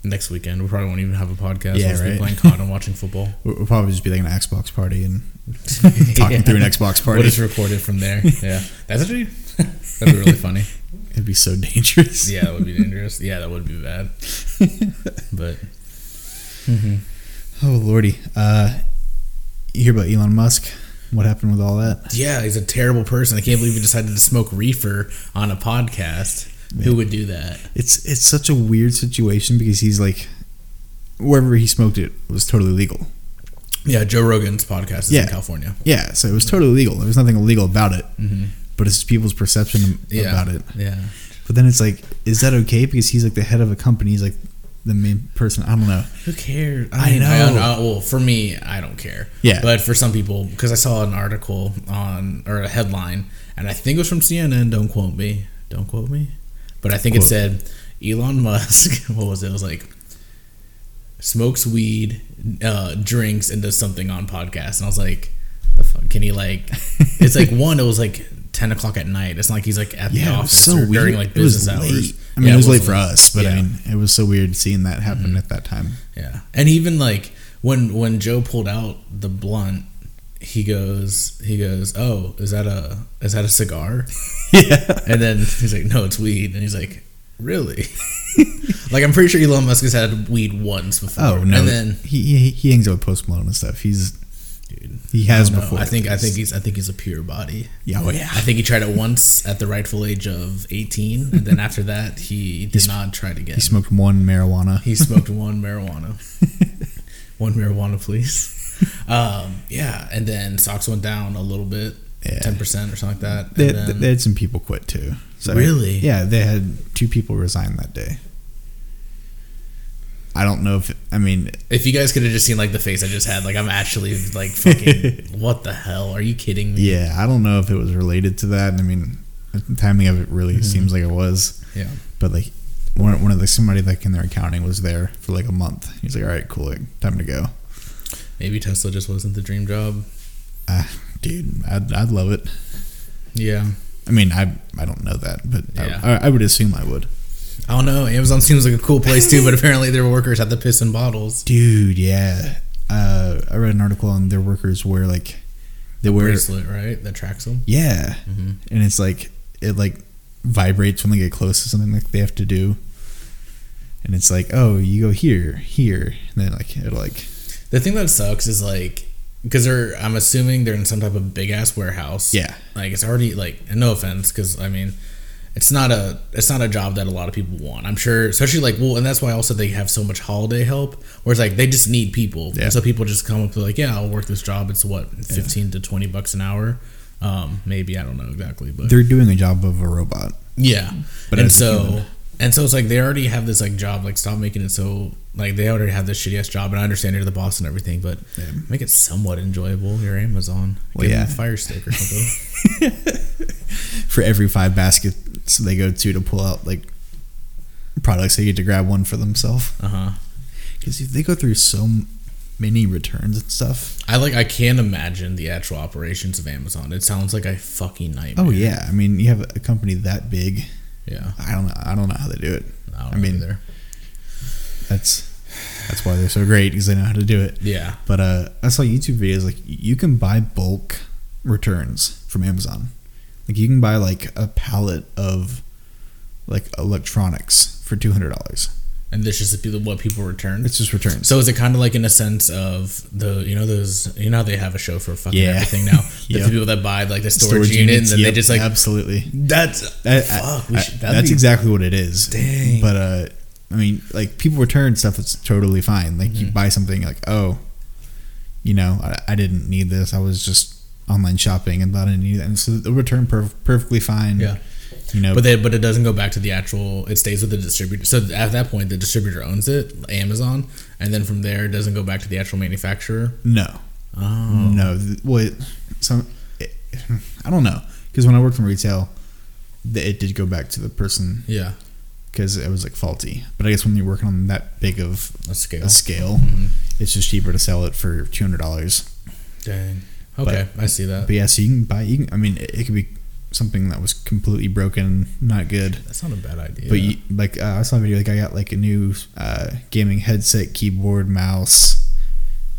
Next weekend, we probably won't even have a podcast. Yeah, we'll just be right. playing COD and watching football. <laughs> We'll we'll probably just be like an Xbox party <laughs> and <laughs> talking through an Xbox party. What is recorded from there? Yeah, that's actually <laughs> that'd be really funny. <laughs> It'd be so dangerous. Yeah, that would be dangerous. Yeah, that would be <laughs> bad. But mm-hmm. Oh lordy. Uh, you hear about Elon Musk? What happened with all that? yeah, he's a terrible person. I can't believe he decided to smoke reefer on a podcast. Who would do that? It's it's such a weird situation because he's like, wherever he smoked it was totally legal. Yeah, Joe Rogan's podcast is Yeah. in California. Yeah, so it was totally legal. There was nothing illegal about it, Mm-hmm. but it's people's perception Yeah. about it. Yeah. But then it's like, is that okay? Because he's like the head of a company. He's like the main person. I don't know. Who cares? I know. don't well, for me, I don't care. Yeah. But for some people, because I saw an article on or a headline, and I think it was from CNN. Don't quote me. Don't quote me. But I think it Quote. said Elon Musk. <laughs> What was it? It was like smokes weed, uh, drinks, and does something on podcast. And I was like, the fuck? Can he like? <laughs> It's like one. It was like. 10 o'clock at night. It's not like he's like at the Yeah, it was office so or weird. during like it was business hours. late. I mean, Yeah, it was late late. for us, but I Yeah. Mm-hmm. mean, it was so weird seeing that happen at that time. <laughs> Yeah, and even like when when Joe pulled out the blunt, he goes he goes, "Oh, is that a is that a cigar?" Yeah. And then he's like, "No, it's weed." And he's like, "Really?" <laughs> like I'm pretty sure Elon Musk has had weed once before. Oh no. And then he, he he hangs out with Post Malone and stuff. He's Dude, he has no, before. I think I think he's I think he's a pure body. yeah, oh yeah. I think he tried it once at the rightful age of 18, and then after that <laughs> he did not try it again. He smoked one marijuana. He smoked one marijuana. one marijuana, please. Um, yeah, and then stocks went down a little bit, <laughs> Yeah. ten percent or something like that. And they, then, they had some people quit too. So Really? Yeah, they had two people resign that day. I don't know if I mean if you guys could have just seen like the face I just had, like I'm actually like fucking. what the hell? Are you kidding me? yeah, I don't know if it was related to that. I mean, the timing of it really seems like it was, Mm-hmm. Yeah. but like one one of the somebody like in their accounting was there for like a month. He's like, "All right, cool, like, time to go." Maybe Tesla just wasn't the dream job. Ah, dude, I'd, I'd love it. Yeah. I mean, I I don't know that, but Yeah. I, I, I would assume I would. I don't know. Amazon seems like a cool place too, but apparently their workers had to piss in bottles. Dude, yeah. Uh, I read an article on their workers where like they wear Bracelet, right? That tracks them. yeah, Mhm. and it's like it like vibrates when they get close to something like they have to do, and it's like oh you go here here and then like it'll like The thing that sucks is like because they're I'm assuming they're in some type of big ass warehouse. yeah like it's already like and no offense because i mean it's not a it's not a job that a lot of people want i'm sure especially like well and that's why also they have so much holiday help where it's like they just need people Yeah. and so people just come up to like yeah i'll work this job it's what 15 to 20 bucks an hour um maybe i don't know exactly but they're doing a job of a robot. yeah But and as a so human. and so it's like they already have this like job like stop making it so like they already have this shitty ass job and i understand you're the boss and everything but Yeah. make it somewhat enjoyable you're amazon Well, Give them yeah. a fire stick or <laughs> something For every five baskets they go to to pull out like products, they get to grab one for themselves uh-huh because they go through so many returns and stuff. I like I can't imagine the actual operations of Amazon. It sounds like a fucking nightmare. Oh yeah, I mean you have a company that big. yeah. I don't know. I don't know how they do it. I, don't I mean- mean, there. That's that's why they're so great because they know how to do it. Yeah, But uh, I saw YouTube videos like you can buy bulk returns from Amazon. Like you can buy like a pallet of like electronics for two hundred dollars. and this is the- what people return. It's just returns. So is it kind of like in a sense of the you know those you know how they have a show for fucking Yeah. everything <laughs> now. The Yep. people that buy like the storage, unit and then yep, they just like absolutely. that's I- I- fuck. We I- should, that's that's exactly exactly what it is. Dang. But uh, I mean, like people return stuff that's totally fine. Like Mm-hmm. you buy something, like oh, you know, I, I didn't need this. I was just online shopping and thought I needed it. And so the return perf- perfectly fine. Yeah. You know, but they, but it doesn't go back to the actual. It stays with the distributor. So at that point, the distributor owns it, Amazon, and then from there, it doesn't go back to the actual manufacturer. no, Oh, no. Th- Well, it, some, it, I don't know, because when I worked in retail, that it did go back to the person Yeah. because it was like faulty. But I guess when you're working on that big of A scale. a scale, Mhm. it's just cheaper to sell it for two hundred dollars. Dang. Okay, I see that. But yeah, so you can buy. You can, I mean, it, it could be something that was completely broken, not good. That's not a bad idea. But you, like uh, I saw a video, like I got like a new uh, gaming headset, keyboard, mouse,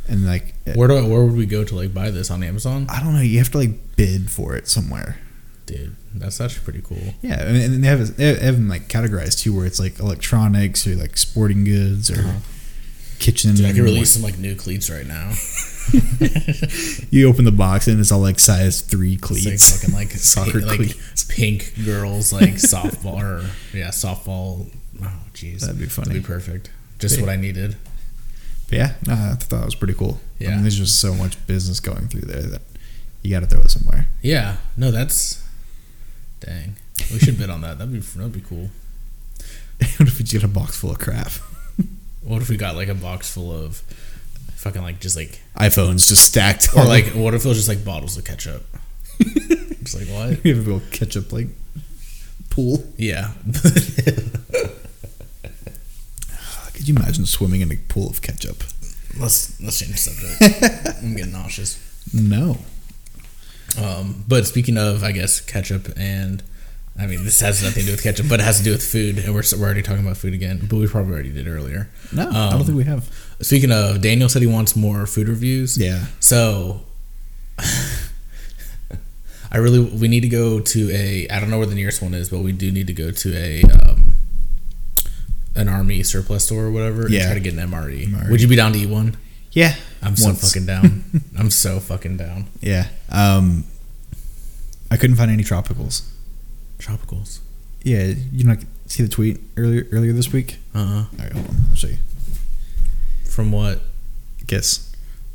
and like uh, where do I, where would we go to like buy this on Amazon? I don't know. You have to like bid for it somewhere. Dude, that's actually pretty cool. Yeah, and, and they have it- they have them like categorized too, where it's like electronics or like sporting goods or Uh-huh. kitchen. Dude, I could release some like new cleats right now. You open the box and it's all like size three It's like cleats. fucking <laughs> like Soccer like cleats. pink girls like softball or yeah softball. Oh jeez, That'd be funny. That'd be perfect. Just what I needed. But yeah, no, I thought that was pretty cool. I Yeah. mean, there's just so much business going through there that you got to throw it somewhere. <laughs> Yeah, no, that's dang. We should bid on that. That'd be that'd be cool. what if you just get a box full of crap? What if we got like a box full of fucking like just like iPhones just stacked. or all <laughs> like what if it was just like bottles of ketchup? It's like <laughs> what? we have a little ketchup like pool. Yeah, <laughs> Could you imagine swimming in a pool of ketchup? <laughs> let's let's change the subject. <laughs> I'm getting nauseous. No. Um, but speaking of, I guess ketchup and I mean this has nothing to do with ketchup, but it has to do with food, and we're we're already talking about food again. But we probably already did earlier. No, I don't Um, think we have. Speaking of, Daniel said he wants more food reviews. Yeah. So <laughs> I really we need to go to a I don't know where the nearest one is, but we do need to go to a um, an army surplus store or whatever and Yeah. try to get an MRE. MRE. Would you be down to eat one? Yeah. I'm so Once. fucking down. I'm so fucking down. Yeah. Um, I couldn't find any tropicals. Tropicals. Yeah, you not see the tweet earlier earlier this week? Uh uh All right, hold on. I'll show you. From what? Guess.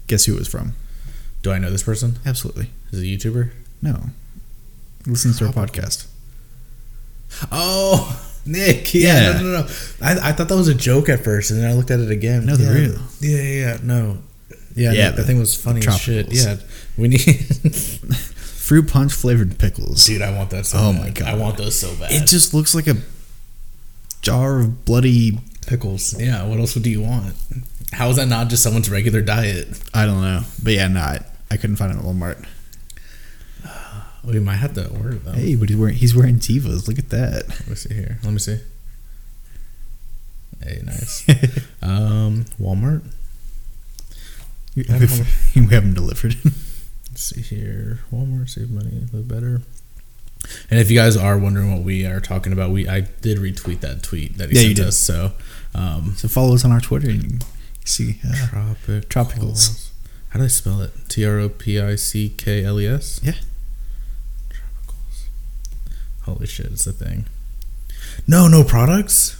Guess who it was from? Do I know this person? Absolutely. Is it a YouTuber? No. Listens to our podcast. Oh, Nick. Yeah. Yeah. No, no, no. I, I thought that was a joke at first, and then I looked at it again. No, yeah, they're real. Yeah, yeah, yeah. No. Yeah, Yeah, Nick, that the- thing was funny the as shit. tropicals. Yeah. We need. <laughs> Fruit punch flavored pickles. Dude, I want that so Oh bad. my God. I want those so bad. It just looks like a jar of bloody. Pickles. Yeah, what else do you want? How is that not just someone's regular diet? I don't know, but yeah, not. I couldn't find it at Walmart. Oh, We might have to order them. Hey, but he's wearing he's wearing Tevas. Look at that. <laughs> Let me see here. Let me see. Hey, nice. um, Walmart. <laughs> we have them delivered. <laughs> Let's see here. Walmart, save money, live better. And if you guys are wondering what we are talking about, we I did retweet that tweet that he Yeah, you sent did. us. So, um, so follow us on our Twitter and you can see. Uh, tropic Tropicals. How do I spell it? T R O P I C K L E S. Yeah. Tropicals. Holy shit! It's a thing. No, no products.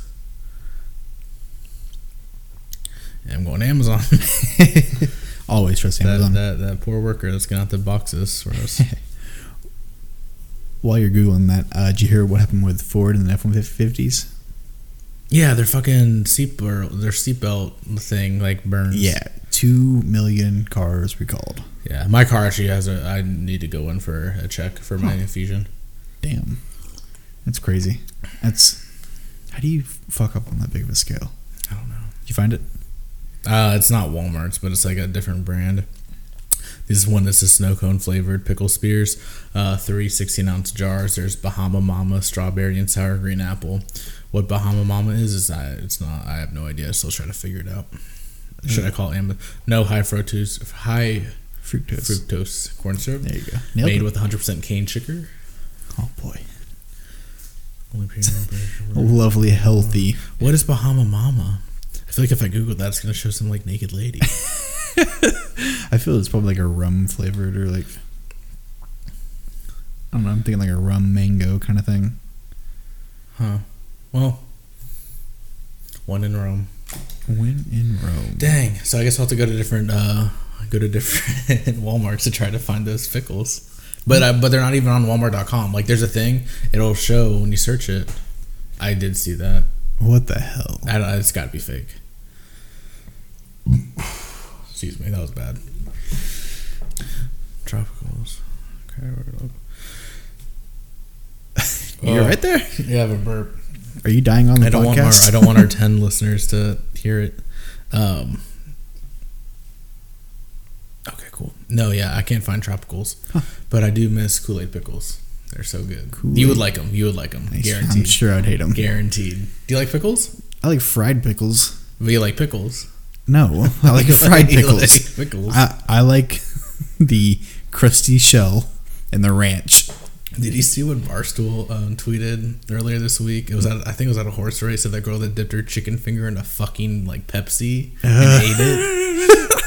Yeah, I'm going to Amazon. <laughs> always trust Amazon. That, that that poor worker that's gonna have to box this for us. While you're googling that, uh, did you hear what happened with Ford and the F one fifties? Yeah, their fucking seatbelt, their seatbelt thing like burns. Yeah, two million cars recalled. yeah. My car actually has a. I need to go in for a check for my infusion. Damn, that's crazy. That's how do you fuck up on that big of a scale? I don't know. You find it? Uh, it's not Walmart's, but it's like a different brand. This is one that's a snow cone flavored pickle spears, uh, three 16 ounce jars. There's Bahama Mama, strawberry, and sour green apple. What Bahama Mama is, is I, it's not. I have no idea. I still trying to figure it out. Should I call Amazon? No, high fructose, high Fructose. fructose corn syrup. There you go. Nailed made it. with 100% cane sugar. oh boy, Only premium version. a lovely, healthy. What is Bahama Mama? I feel like if I Google that, it's gonna show some like naked lady. I feel it's probably like a rum flavored or like I don't know. I'm thinking like a rum mango kind of thing. huh. Well, one in Rome. When in Rome. Dang. So I guess I'll have to go to different, uh, go to different <laughs> WalMarts to try to find those pickles. But uh, but they're not even on Walmart.com. Like there's a thing, it'll show when you search it. I did see that. What the hell? I don't, it's got to be fake. Excuse me, that was bad. <laughs> Tropicals. Okay, we're gonna- You're right there. You have a burp. Are you dying on the Oh. I don't podcast? want our I don't want our ten listeners to hear it. Um, okay, cool. No, yeah, I can't find tropicals, Huh. but I do miss Kool Aid pickles. They're so good. Kool-Aid. You would like them. You would like them. Nice. I'm Guaranteed. sure I'd hate them. Guaranteed. Do you like pickles? I like fried pickles. Do you like pickles? No, <laughs> I like <laughs> fried You like <laughs> pickles. pickles. I, I like <laughs> the crusty shell and the ranch. Did you see what Barstool um, tweeted earlier this week? It was at, I think it was at a horse race of that girl that dipped her chicken finger in a fucking like Pepsi Uh, and ate it. <laughs>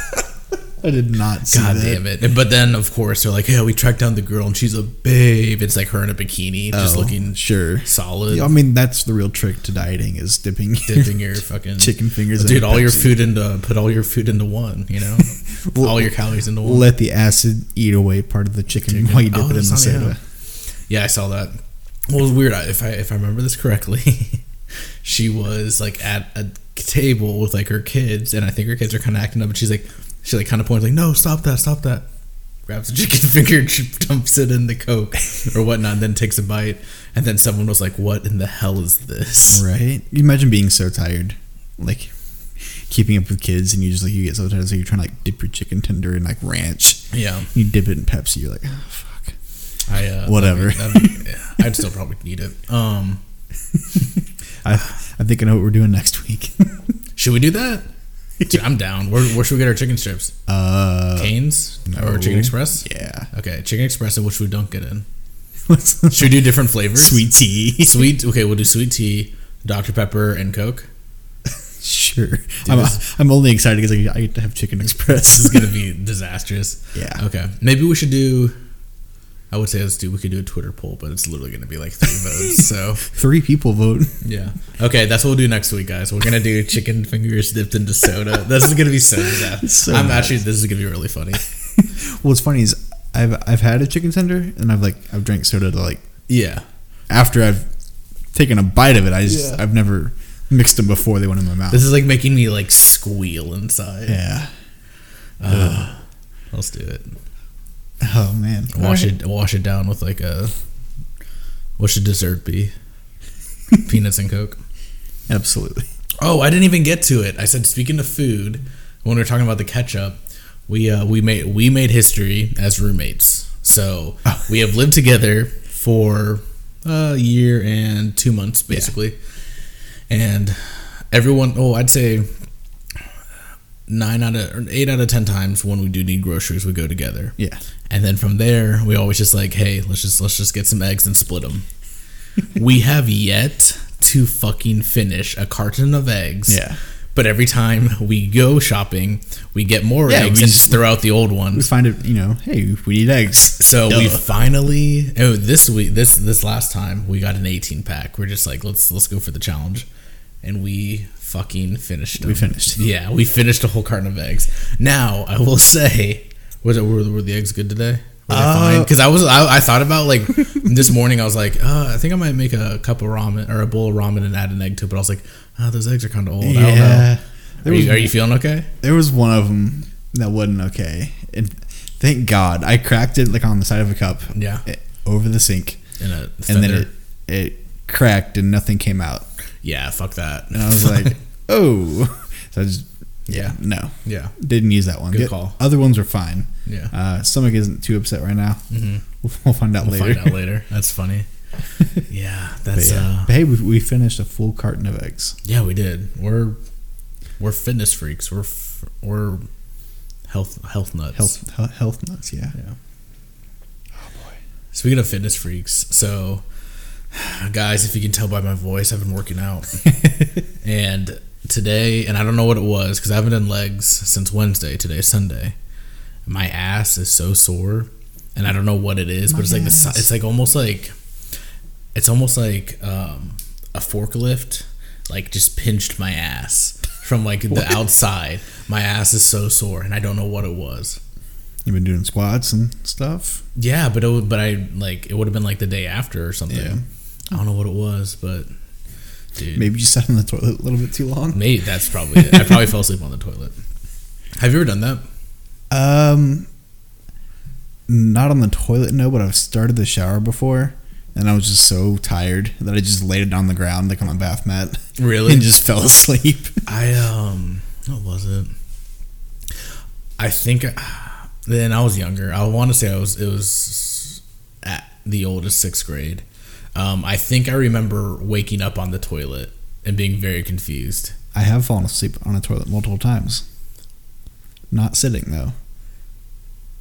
I did not see God that. damn it. But then, of course, they're like, yeah, we tracked down the girl and she's a babe. It's like her in a bikini, just Oh, looking sure. solid, <laughs> I mean, that's the real trick to dieting is dipping dipping your fucking chicken fingers. in Dude, a all your Pepsi. food into, put all your food into one, you <laughs> know? all your calories into one. <laughs> Let the acid eat away part of the chicken Chicken. while you dip Oh, it in the that's not- soda. Yeah, I saw that. Well, it was weird. I- If I if I remember this correctly, <laughs> she was like at a table with like her kids, and I think her kids are kind of acting up. And she's like, she like kind of points like, "No, stop that, stop that." Grabs a chicken <laughs> finger, dumps it in the coke or whatnot, then takes a bite, and then someone was like, "What in the hell is this?" Right? You imagine being so tired, like keeping up with kids, and you just like you get so tired, so you're trying to like dip your chicken tender in like ranch. Yeah, You dip it in Pepsi. You're like, oh, fuck. I uh, Whatever. that'd be- that'd be- yeah, I'd still probably need it. Um, I, I think I know what we're doing next week. <laughs> should we do that? Dude, I'm down. Where, where should we get our chicken strips? uh, Canes or Chicken no. Express? Yeah. Okay, Chicken Express, which we don't get in. Let's- Should we do different flavors? Sweet tea. Sweet. Okay, we'll do sweet tea, Dr. Pepper, and Coke. sure. I'm, I'm only excited because I, I get to have Chicken Express. <laughs> This is going to <laughs> be disastrous. yeah. Okay. Maybe we should do. I would say let's do. We could do a Twitter poll, but it's literally going to be like three votes. <laughs> So, Three people vote. yeah. Okay, that's what we'll do next week, guys. We're going to do chicken fingers dipped into soda. This is going to be so disastrous. It's <laughs> so I'm bad. actually. This is going to be really funny. Well, what's funny is I've I've had a chicken tender and I've like I've drank soda to like Yeah. after I've taken a bite of it. I just Yeah. I've never mixed them before they went in my mouth. This is like making me like squeal inside. Uh, yeah. Let's do it. Oh man. Wash it wash it down with like a what should dessert be? Peanuts and Coke. Absolutely. Oh, I didn't even get to it. I said speaking of food, when we were talking about the ketchup, we uh, we made we made history as roommates. So we have lived together for a year and two months basically. And everyone oh, I'd say nine out of or eight out of ten times when we do need groceries we go together. Yeah. And then from there, we always just like, hey, let's just let's just get some eggs and split them. we have yet to fucking finish a carton of eggs. Yeah. But every time we go shopping, we get more Yeah, eggs we and just- just throw out the old We ones. find it. You know. Hey, we need eggs. So we Duh. finally oh this week this this last time we got an 18 pack. We're just like let's let's go for the challenge, and we fucking finished. We Them. finished. Yeah, we finished a whole carton of eggs. Now I will say, was it were, were the eggs good today? Uh, Because I was I, I thought about like <laughs> this morning I was like uh, I think I might make a cup of ramen or a bowl of ramen and add an egg to it. But I was like, ah, those eggs are kind of old. I don't know. Yeah. There Are was, you, are you feeling okay? there was one of them that wasn't okay, and thank God I cracked it like on the side of a cup. Yeah. eh, Over the sink, In a and then feather. it it cracked and nothing came out. yeah, fuck that. And I was like, oh. So I just, yeah, no. <laughs> yeah, Didn't use that one. Good The call. Other ones are fine. yeah. Uh, stomach isn't too upset right now. We'll, we'll find out Mm-hmm. We'll later. find out later. That's <laughs> funny. Yeah, But that's yeah. uh But hey, we, we finished a full carton of eggs. yeah, we did. We're we're fitness freaks. We're f- we're health health nuts. Health he- health nuts, yeah. Yeah. Oh boy. Speaking of fitness freaks, so <sighs> guys, if you can tell by my voice, I've been working out. <laughs> and today, and I don't know what it was because I haven't done legs since Wednesday. Today's Sunday. My ass is so sore, and I don't know what it is, My but it's like the, si- ass. it's like almost like it's almost like um, a forklift like just pinched my ass from like the outside. My ass is so sore, and I don't know what it was. You've been doing squats and stuff. Yeah, but it would, but I like it would have been like the day after or something. Yeah. I don't know what it was, but dude, maybe, Maybe you sat on the toilet a little bit too long. that's probably it. I probably <laughs> fell asleep on the toilet. Have you ever done that? Um, not on the toilet, no, but I've started the shower before and I was just so tired that I just laid it on the ground like on a bath mat <laughs> Really? and just fell <laughs> asleep. I um, what was it? I think then I was younger. I want to say I was it was at the oldest sixth grade. Um, I think I remember waking up on the toilet and being very confused. I have fallen asleep on a toilet multiple times. Not sitting though.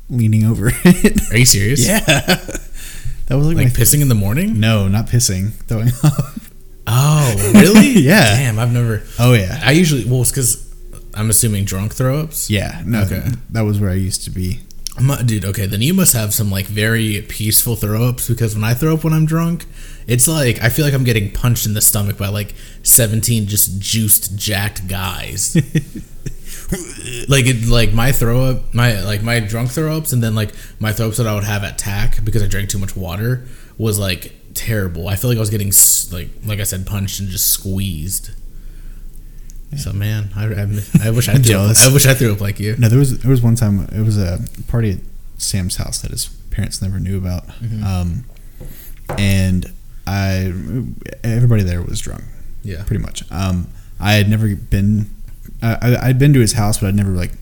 Leaning over <laughs> it. Are you serious? yeah. That was like, Like my pissing in the morning? No, not pissing. Throwing up. Oh, <laughs> really? <laughs> Yeah. Damn, I've never. Oh yeah. I usually well, it's because I'm assuming drunk throw ups. Yeah. No. Okay. That was where I used to be. Mu- Dude, okay, then you must have some like very peaceful throw ups because when I throw up when I'm drunk, it's like I feel like I'm getting punched in the stomach by like 17 just juiced jacked guys. like it like my throw up, my like my drunk throw ups and then like my throw ups that I would have at TAC because I drank too much water was like terrible. I feel like I was getting s- like like I said punched and just squeezed. So man, I, I, I wish I threw up, I'm jealous. I wish I threw up like <laughs> you. No, there was there was one time it was a party at Sam's house that his parents never knew about, Mm-hmm. um, and I everybody there was drunk Yeah. pretty much. Um, I had never been I, I I'd been to his house, but I'd never like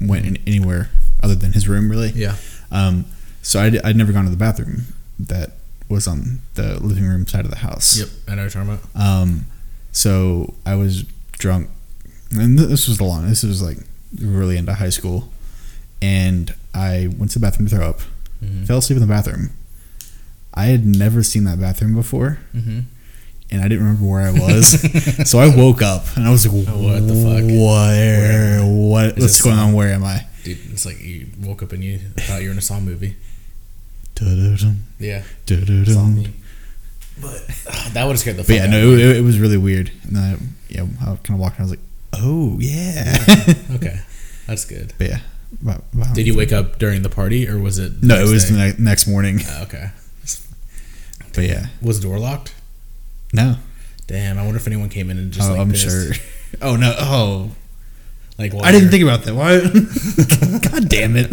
went in anywhere other than his room really. Yeah. Um, so I'd, I'd never gone to the bathroom that was on the living room side of the house. Yep. I know what you're talking about. Um, so I was drunk, and th- this was the long. This was like really into high school, and I went to the bathroom to throw up. Mm-hmm. Fell asleep in the bathroom. I had never seen that bathroom before, Mm-hmm. and I didn't remember where <laughs> I was. so I woke up and I was like, Oh, What the fuck? Where? What? Is What's this going on? Where am I?" Dude, it's like you woke up and you thought you were in a Saw movie. Dun-dun-dun, Yeah. dun-dun-dun. Saw movie. But uh, that would have scared the But fuck yeah, out no, of me. it, it- it was really weird. And then I, yeah, I kind of walked and I was like, "Oh yeah." Okay. That's good. <laughs> but yeah, wow- wow. Did you wake up during the party or was it? the No, it was day? the ne- next morning. Oh, okay. But yeah, Was the door locked? no. Damn, I wonder if anyone came in and just oh, like I'm pissed. sure. <laughs> Oh no. Oh, Like I didn't think about that. Why? <laughs> God damn it.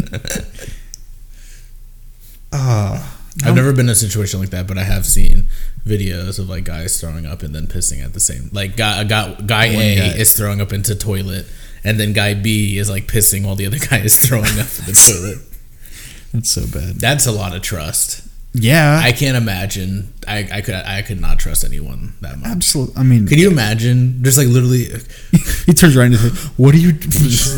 Ah, I've never been in a situation like that, but I have seen videos of like guys throwing up and then pissing at the same. Like guy, guy, guy One A guy. is throwing up into toilet, and then guy B is like pissing while the other guy is throwing up in the toilet. that's so bad. That's a lot of trust. Yeah, I can't imagine. I, I could I could not trust anyone that much. absolutely. I mean, Can you imagine? Just like literally, <laughs> <laughs> he turns around and says, "What <laughs> are you?"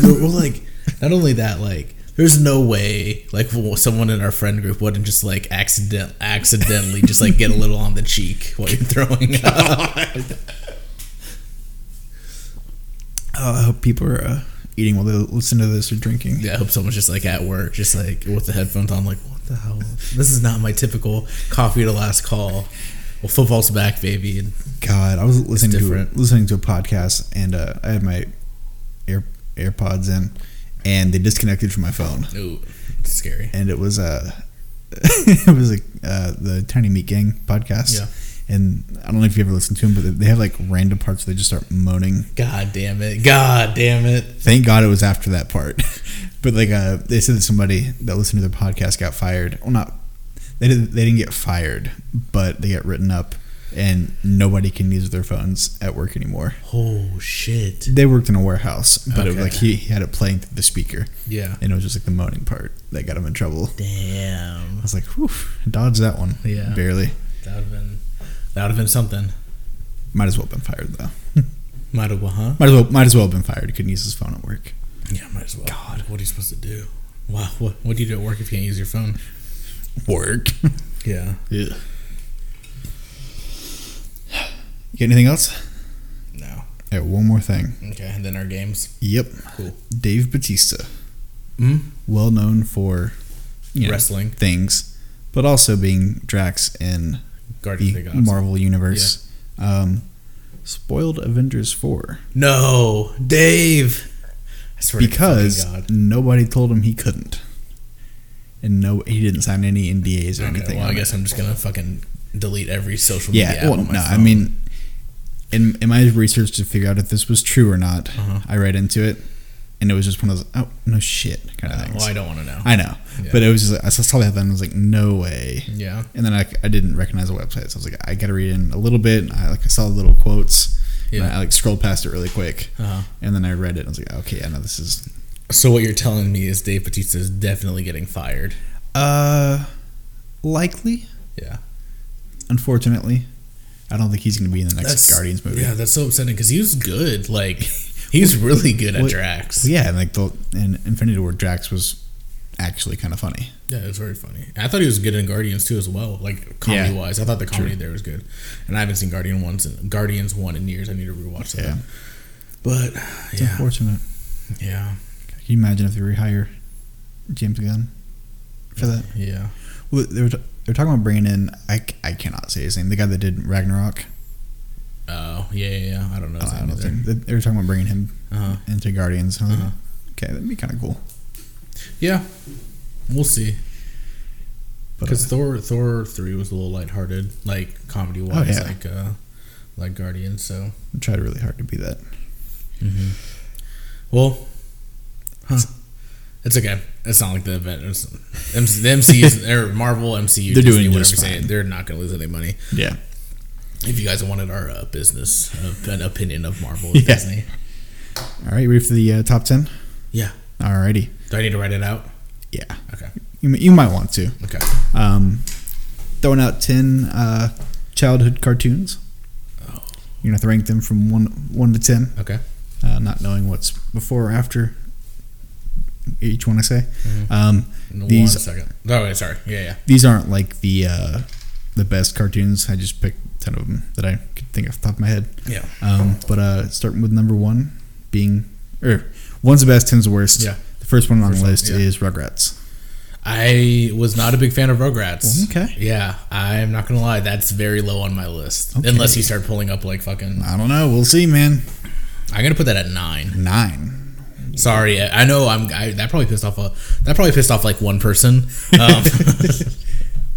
we're like not only that, like there's no way like someone in our friend group wouldn't just like accident accidentally just like get a little on the cheek while you're throwing up. <laughs> Oh, I hope people are uh, eating while they listen to this or drinking. Yeah, I hope someone's just like at work, just like with the headphones on, like what the hell? This is not my typical coffee to last call. Well, football's back, baby, and God, I was listening to different. listening to a podcast and uh, I had my Air AirPods in, and they disconnected from my phone. ooh, it's scary. and it was uh, <laughs> it was like uh, the Tiny Meat Gang podcast. Yeah. And I don't know if you ever listened to them, but they have like random parts where they just start moaning. God damn it! God damn it! Thank God it was after that part. <laughs> but like uh, they said that somebody that listened to their podcast got fired. Well, not they didn't they didn't get fired, but they got written up, and nobody can use their phones at work anymore. Oh shit! They worked in a warehouse, but it was Okay. like he, he had it playing through the speaker, Yeah. and it was just like the moaning part that got him in trouble. I Damn. was like, whew, dodge that one. Yeah. Barely. That would have been that would have been something. Might as well have been fired though. Might as well, huh? Might as well might as well have been fired. He couldn't use his phone at work. Yeah, might as well. God, what are you supposed to do? Wow, what, what do you do at work if you can't use your phone? Work. Yeah. <laughs> yeah. You got anything else? No. I got one more thing. Okay, and then our games. Yep. Cool. Dave Batista, Mm? well known for you know, Wrestling, things, but also being Drax in Guardians the of the Galaxy. Marvel universe. Um, spoiled Avengers four no, Dave. I swear to because fucking God. nobody told him he couldn't, and no, he didn't sign any NDAs or Okay, anything. well, I on it. guess I'm just gonna fucking delete every social media. Yeah, app well, on my no, I phone. mean, in in my research to figure out if this was true or not, Uh-huh. I read into it. and it was just one of those oh no shit kind of Uh, things. well, I don't want to know. I know, Yeah. but it was just, I saw that and I was like, no way. yeah. And then I, I didn't recognize the website, so I was like, I got to read in a little bit. I like I saw little quotes. Yeah. Yeah. I like scrolled past it really quick, Uh-huh. and then I read it. and I was like, okay, I know this is. So what you're telling me is Dave Bautista is definitely getting fired. Uh, likely, Yeah. unfortunately, I don't think he's going to be in the next Guardians movie. Yeah, that's so upsetting because he was good. Like <laughs> he's really good at What- Drax. Yeah, and like the and Infinity War Drax was actually kind of funny. Yeah, it was very funny. I thought he was good in Guardians too, as well. Like comedy wise, I thought the comedy there was good. And I haven't seen Guardian ones and Guardians one in years. I need to rewatch that. Yeah. But It's yeah, unfortunate. yeah, Can you imagine if they rehire James Gunn for that? yeah. Well, they were, t- they were talking about bringing in I, c- I cannot say his name. The guy that did Ragnarok. Oh yeah, yeah, yeah. I don't know. I I don't know. They, they were talking about bringing him Uh-huh. into Guardians. I was like, Uh-huh. Okay, that'd be kind of cool. Yeah, we'll see. But, uh, Because Thor, Thor three was a little lighthearted, like comedy wise, Oh, yeah. like uh, like Guardians. So I tried really hard to be that. well, huh. It's okay. It's not like the event. It's, the MCU or Marvel MCU. They're Disney, doing whatever just you say it, fine. They're not going to lose any money. Yeah. If you guys wanted our uh, business, uh, an opinion of Marvel or Yeah. Disney, All right, ready for the uh, top ten? yeah. Alrighty. Do I need to write it out? Yeah. Okay. You, m- you might want to. Okay. Um, throwing out ten uh, childhood cartoons. Oh. You're gonna have to rank them from one one to ten, Okay. uh, not knowing what's before or after each one. I say. Mm-hmm. Um, One These- second. Oh, wait, sorry. Yeah, yeah. these aren't like the uh, the best cartoons. I just picked ten of them that I could think off the top of my head. Yeah. Um, but uh, starting with number one being or one's the best, ten's the worst. Yeah. The first one on First the one, list yeah. is Rugrats. I was not a big fan of Rugrats. Okay. Yeah, I'm not gonna lie. That's very low on my list. Okay. Unless you start pulling up like fucking. I don't know. We'll see, man. I'm gonna put that at nine. Nine. Sorry, I I know I'm. I, that probably pissed off a. That probably pissed off like one person. <laughs> Um, <laughs>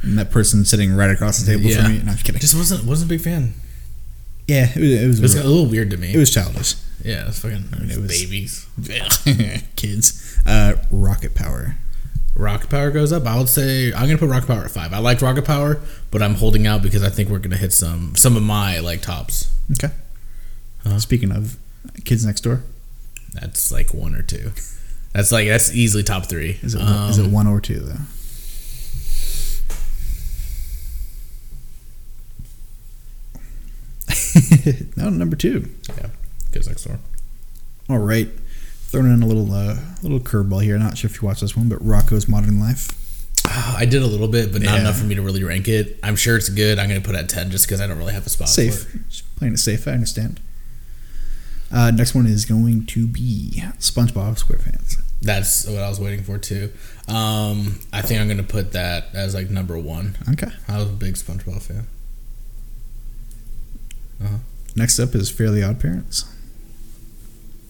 And that person sitting right across the table Yeah. from me. No, I'm kidding. just wasn't wasn't a big fan. yeah, it was it was, It was a little weird to me. it was childish. <laughs> yeah, it's fucking it was- babies. Kids. Uh, rocket power. Rocket Power goes up. I would say I'm gonna put Rocket Power at five. I liked Rocket Power, but I'm holding out because I think we're gonna hit some some of my like tops. Okay. Speaking of kids next door, That's like one or two. That's like that's easily top three. Um, is it one is it one or two though? <laughs> no, number two. Yeah, goes next door. All right, throwing in a little uh, little curveball here. Not sure if you watched this one, but Rocco's Modern Life. Ah, <sighs> I did a little bit, but not Yeah. enough for me to really rank it. I'm sure it's good. I'm gonna put it at ten just because I don't really have a spot. For safe, it. Just playing it safe. I understand. Uh, next one is going to be SpongeBob SquarePants. That's what I was waiting for too. Um, I think I'm gonna put that as like number one. Okay. I was a big SpongeBob fan. Next up is Fairly Odd Parents.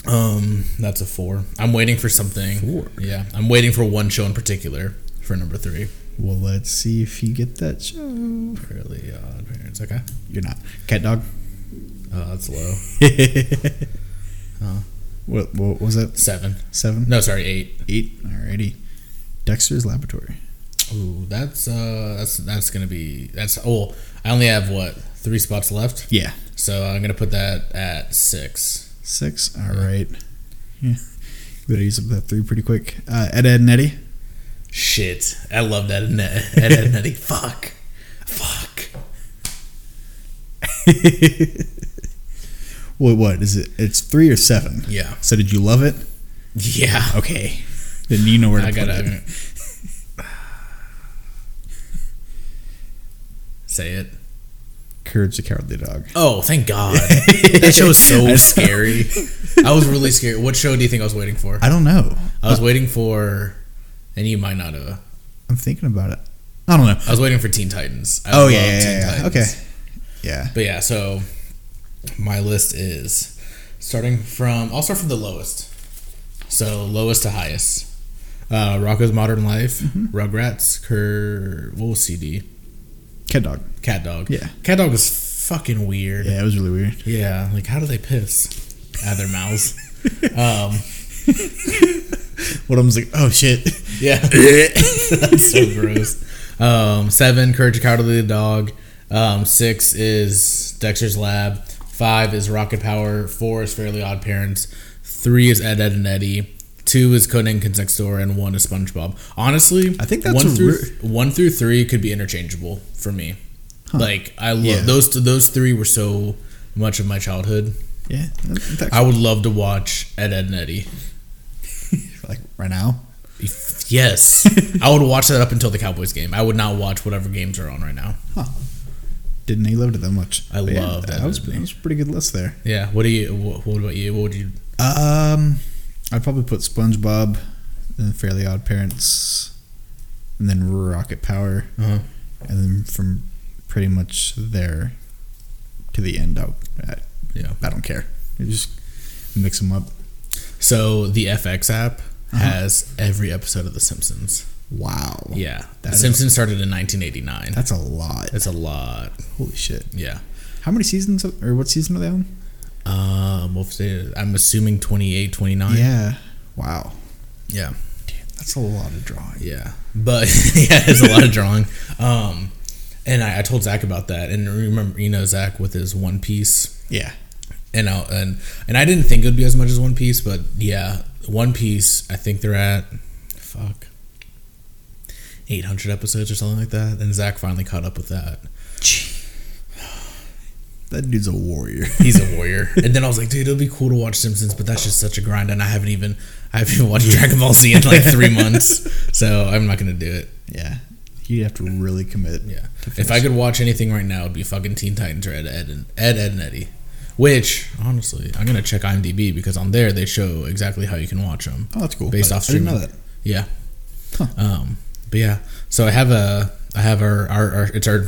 Um, that's a four. I'm waiting for something. Four. Yeah, I'm waiting for one show in particular for number three. Well, let's see if you get that show. Fairly Odd Parents. Okay, You're not cat dog. oh, that's low. What, what was that? Seven. Seven, No, sorry, eight. eight. Alrighty. Dexter's Laboratory. Ooh, that's uh, that's that's gonna be that's. Oh, I only have what three spots left, Yeah, so I'm gonna put that at six. six. All right. Yeah, better use up that three pretty quick. Uh, Ed, Ed, and Eddie. Shit, I love <laughs> that. Ed, Ed, Ed, Nettie. Fuck, fuck. What? What is it? It's three or seven. Yeah, So did you love it? yeah. Okay. Then you know where to I put gotta it. <laughs> say it. Courage the Cowardly Dog. Oh, thank <laughs> God! <laughs> that show is so scary. I was really scared. What show do you think I was waiting for? I don't know. I was waiting for, and you might not have. I'm thinking about it. I don't know. I was waiting for Teen Titans. I Oh love yeah, yeah, Teen yeah, yeah. Titans. Okay. Yeah. But yeah, so my list is starting from I'll start from the lowest. So lowest to highest. Uh, Rocco's Modern Life, Mm-hmm. Rugrats, Cur. What was CD? Cat Dog. Cat Dog. Yeah. Cat Dog is fucking weird. Yeah, it was really weird. Yeah, like how do they piss out of their mouths? um, <laughs> One of them's like, <laughs> "Oh shit!" Yeah. That's so gross. Um, seven, Courage the Cowardly Dog. Um, six is Dexter's Lab. Five is Rocket Power. Four is Fairly Odd Parents. Three is Ed, Ed, and Eddie. Two is Codenames Next Door, and one is SpongeBob. Honestly, I think that's one a through re- one through three could be interchangeable for me. Like I love Yeah. those. Those three were so much of my childhood. Yeah, I would love to watch Ed, Ed, and Eddie. like right now. <laughs> Yes, I would watch that up until the Cowboys game. I would not watch whatever games are on right now. Didn't he loved it that much? I yeah, love that That was, movie. that was a pretty good list there. Yeah. What do you? What, what about you? What would you? Um, I'd probably put SpongeBob, then Fairly Odd Parents, and then Rocket Power, Uh-huh. and then from pretty much there to the end, I, I, Yeah. I don't care. You just mix them up. So the FX app has every episode of The Simpsons. Uh-huh. Wow. Yeah. the That is- Simpsons started in 1989. That's, That's a lot. a lot. Holy shit. Yeah. How many seasons of- or what season are they on? Um, we'll say- I'm assuming 28, 29. Yeah. Wow. Yeah. Damn, that's a lot of drawing. Yeah. But <laughs> yeah, there's a lot of drawing. Um, and I, I told Zach about that. And remember, you know, Zach with his One Piece Yeah. <sighs> and I, and and I didn't think it would be as much as One Piece, but yeah, One Piece. I think they're at fuck eight hundred episodes or something like that, and Zach finally caught up with that. That dude's a warrior. He's <laughs> a warrior, and then I was like, dude, it'll be cool to watch Simpsons, but that's just such a grind, and I haven't even I haven't even watched Dragon Ball Z in like three months, so I'm not gonna do it. yeah. You'd have to really commit. Yeah, To if finish. I could watch anything right now, it'd be fucking Teen Titans or Ed, Ed and Ed, Ed and Eddie. Which honestly, I'm gonna check IMDb because on there they show exactly how you can watch them. Oh, that's cool. based I, off I didn't streaming. know that. Yeah. Huh. Um, but yeah, so I have a, I have our, our, our, it's our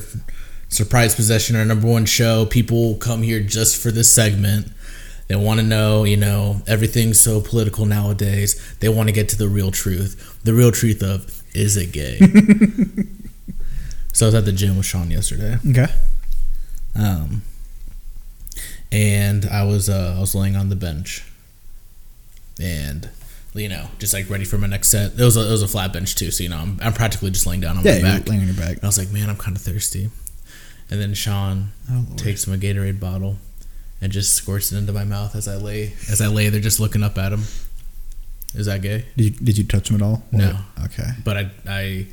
surprise possession, our number one show. People come here just for this segment. They want to know, you know, everything's so political nowadays. They want to get to the real truth. The real truth of is it gay? so I was at the gym with Sean yesterday. Okay. Um, and I was uh, I was laying on the bench, and you know, just like ready for my next set. It was a, it was a flat bench too, so you know, I'm, I'm practically just laying down on Yeah, my you're back. laying on your back. And I was like, man, I'm kind of thirsty. And then Sean Oh, Lord. takes my Gatorade bottle and just squirts it into my mouth as I lay as I lay there, just looking up at him. Is that gay? Did you, did you touch him at all? No. Or- Okay. But I I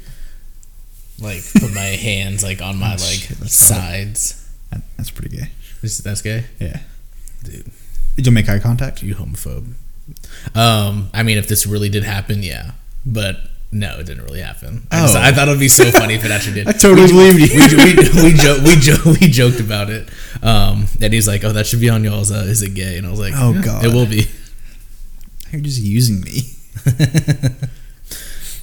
like put my <laughs> hands like on my like Oh, Shit, that's- sides. That- That's pretty gay. Is that's gay. Yeah. Dude. Did you make eye contact? you homophobe. Um, I mean, if this really did happen, yeah, but no, it didn't really happen. I, just- Oh. I thought it would be so funny if it <laughs> actually did. totally believed we we we, jo- we, jo- we joked about it, um, and he's like, "Oh, that should be on y'all's. Uh, is it gay?" And I was like, Oh, "Yeah, God. it will be." <laughs> You're just using me.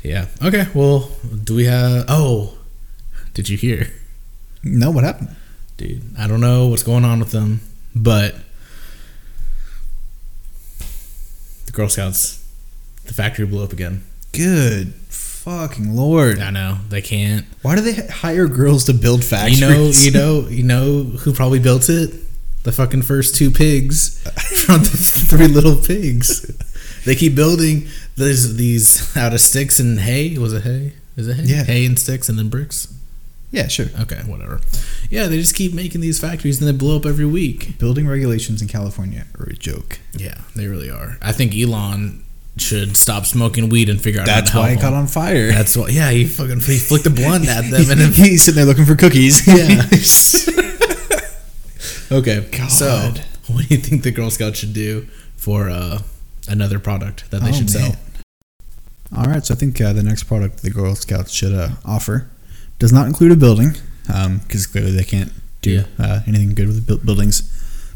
yeah. Okay. Well, do we have? Oh, did you hear? No, what happened? dude. I don't know what's going on with them, but the Girl Scouts, the factory blew up again. Good fucking lord. I know they can't. Why do they h- hire girls to build factories? You know, <laughs> you know, you know who probably built it? The fucking first two pigs <laughs> from the Three Little Pigs. They keep building these these out of sticks and hay. Was it hay? Is it hay? Yeah. Hay and sticks and then bricks. Yeah, sure. Okay, whatever. Yeah, they just keep making these factories and they blow up every week. Building regulations in California are a joke. Yeah, they really are. I think Elon should stop smoking weed and figure out. That's how to why it help caught them. on fire. That's why. Yeah, he fucking he flicked a blunt at <laughs> them and. It, he's sitting there looking for cookies. <laughs> yeah. okay. So, God. what do you think the Girl Scouts should do for uh, another product that they Oh, should sell? man. All right, so I think uh, the next product the Girl Scouts should uh, offer does not include a building, because clearly they can't do Yeah. uh, anything good with buil- buildings.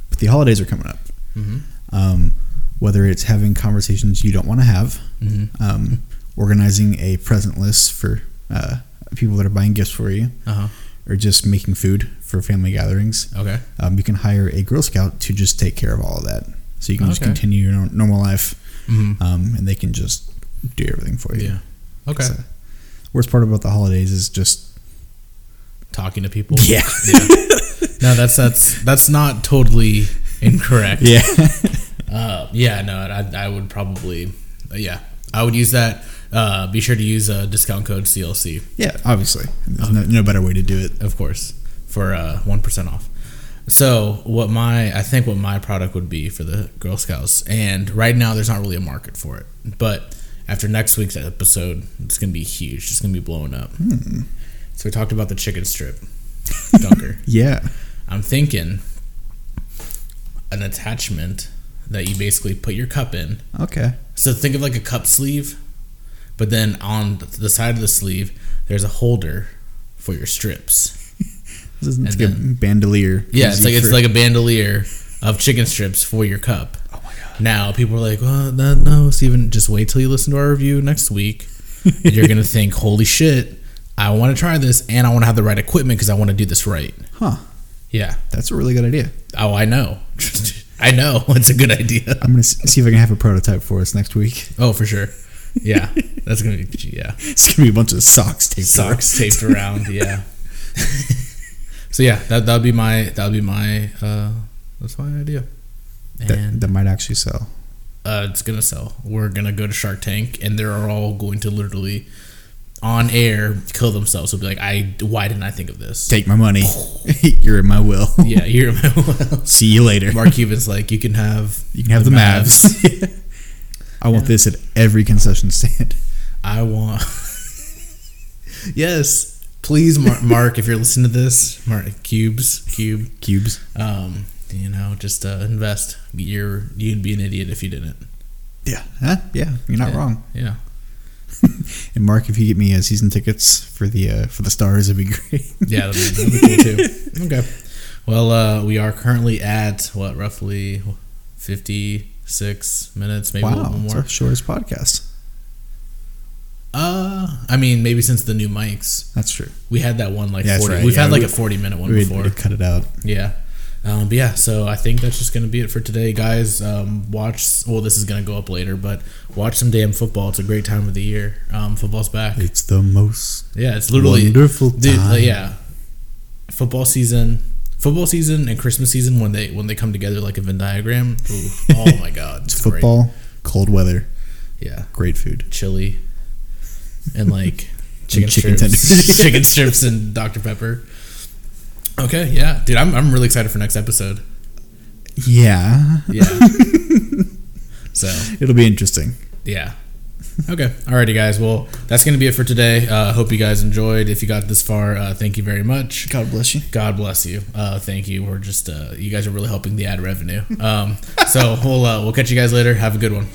But the holidays are coming up. Mm-hmm. Um, whether it's having conversations you don't want to have, Mm-hmm. um, organizing a present list for uh, people that are buying gifts for you, Uh or just making food for family gatherings, huh. Okay. um, you can hire a Girl Scout to just take care of all of that. So you can just Okay. continue your nor- normal life, Mm-hmm. um, and they can just do everything for you. Yeah. Okay. So, worst part about the holidays is just <laughs> Talking to people. No, that's that's that's not totally incorrect. <laughs> yeah. Uh, yeah, no, I, I would probably, yeah, I would use that. Uh, be sure to use a discount code CLC, Yeah, obviously. There's no, no better way to do it. of course, for uh, one off. So what my I think what my product would be for the Girl Scouts, and right now there's not really a market for it, but after next week's episode, it's gonna be huge. It's gonna be blowing up. So we talked about the chicken strip dunker. Yeah. I'm thinking an attachment that you basically put your cup in. Okay. So think of like a cup sleeve, but then on the side of the sleeve, there's a holder for your strips. This is it's And like a bandolier. Yeah, it's Easy like it's for- like a bandolier of chicken strips for your cup. Oh my god! Now people are like, "Well, no, no, Steven, just wait till you listen to our review next week. You're <laughs> gonna think, holy shit, I want to try this, and I want to have the right equipment because I want to do this right." huh. Yeah. That's a really good idea. Oh, I know. <laughs> I know. <laughs> It's a good idea. I'm gonna s- see if I can have a prototype for us next week. Oh, for sure. <laughs> Yeah, that's gonna be yeah. It's gonna be a bunch of socks taped. over. socks taped around. <laughs> Yeah. so yeah, that that'd be my that'd be my uh, that's my idea, That, and that might actually sell. uh, it's gonna sell. We're gonna go to Shark Tank, and they're all going to literally on air kill themselves. They'll be like, I why didn't I think of this? Take my money. <laughs> You're in <laughs> my will. yeah, you're See you later. <laughs> Mark Cuban's like, you can have you can have the, Mavs. <laughs> I want this at every concession stand. <laughs> I want. <laughs> yes, please, Mar- <laughs> Mark, if you're listening to this, Mark Cubes Cube. Cubes. Um, you know, just uh, invest. You're you'd be an idiot if you didn't. Yeah. Huh? Yeah. You're not Yeah. wrong. Yeah. And Mark, if you get me uh, season tickets for the uh, for the Stars, it'd be <laughs> great. Yeah, that'd be, that'd be cool too. Okay. Well, uh, we are currently at what roughly fifty six minutes, maybe a wow. little It's more. our shortest podcast. Uh, I mean, maybe since the new mics, That's true. we had that one like Yeah, that's forty. right, We've yeah, had like we- a forty minute one We'd, before. we'd cut it out. Yeah. Um, but yeah, so I think that's just going to be it for today, guys. Um, watch. Well, this is going to go up later, but watch some damn football. It's a great time of the year. Um, football's back. It's the most Yeah, it's literally wonderful Dude, time. like, yeah, football season, football season, and Christmas season when they when they come together like a Venn diagram. Ooh, oh my <laughs> god, it's great. football, cold weather, Yeah, great food. chili, and <laughs> like chicken, chicken strips, <laughs> tenders. chicken strips, and Dr Pepper. Okay, yeah, dude, I'm I'm really excited for next episode. Yeah. Yeah. so <laughs> It'll be interesting. yeah. Okay. Alrighty, guys. Well, that's going to be it for today. Uh, hope you guys enjoyed. If you got this far, uh, thank you very much. God bless you. God bless you. Uh, thank you. We're just uh, you guys are really helping the ad revenue. Um, so we'll uh, we'll catch you guys later. Have a good one.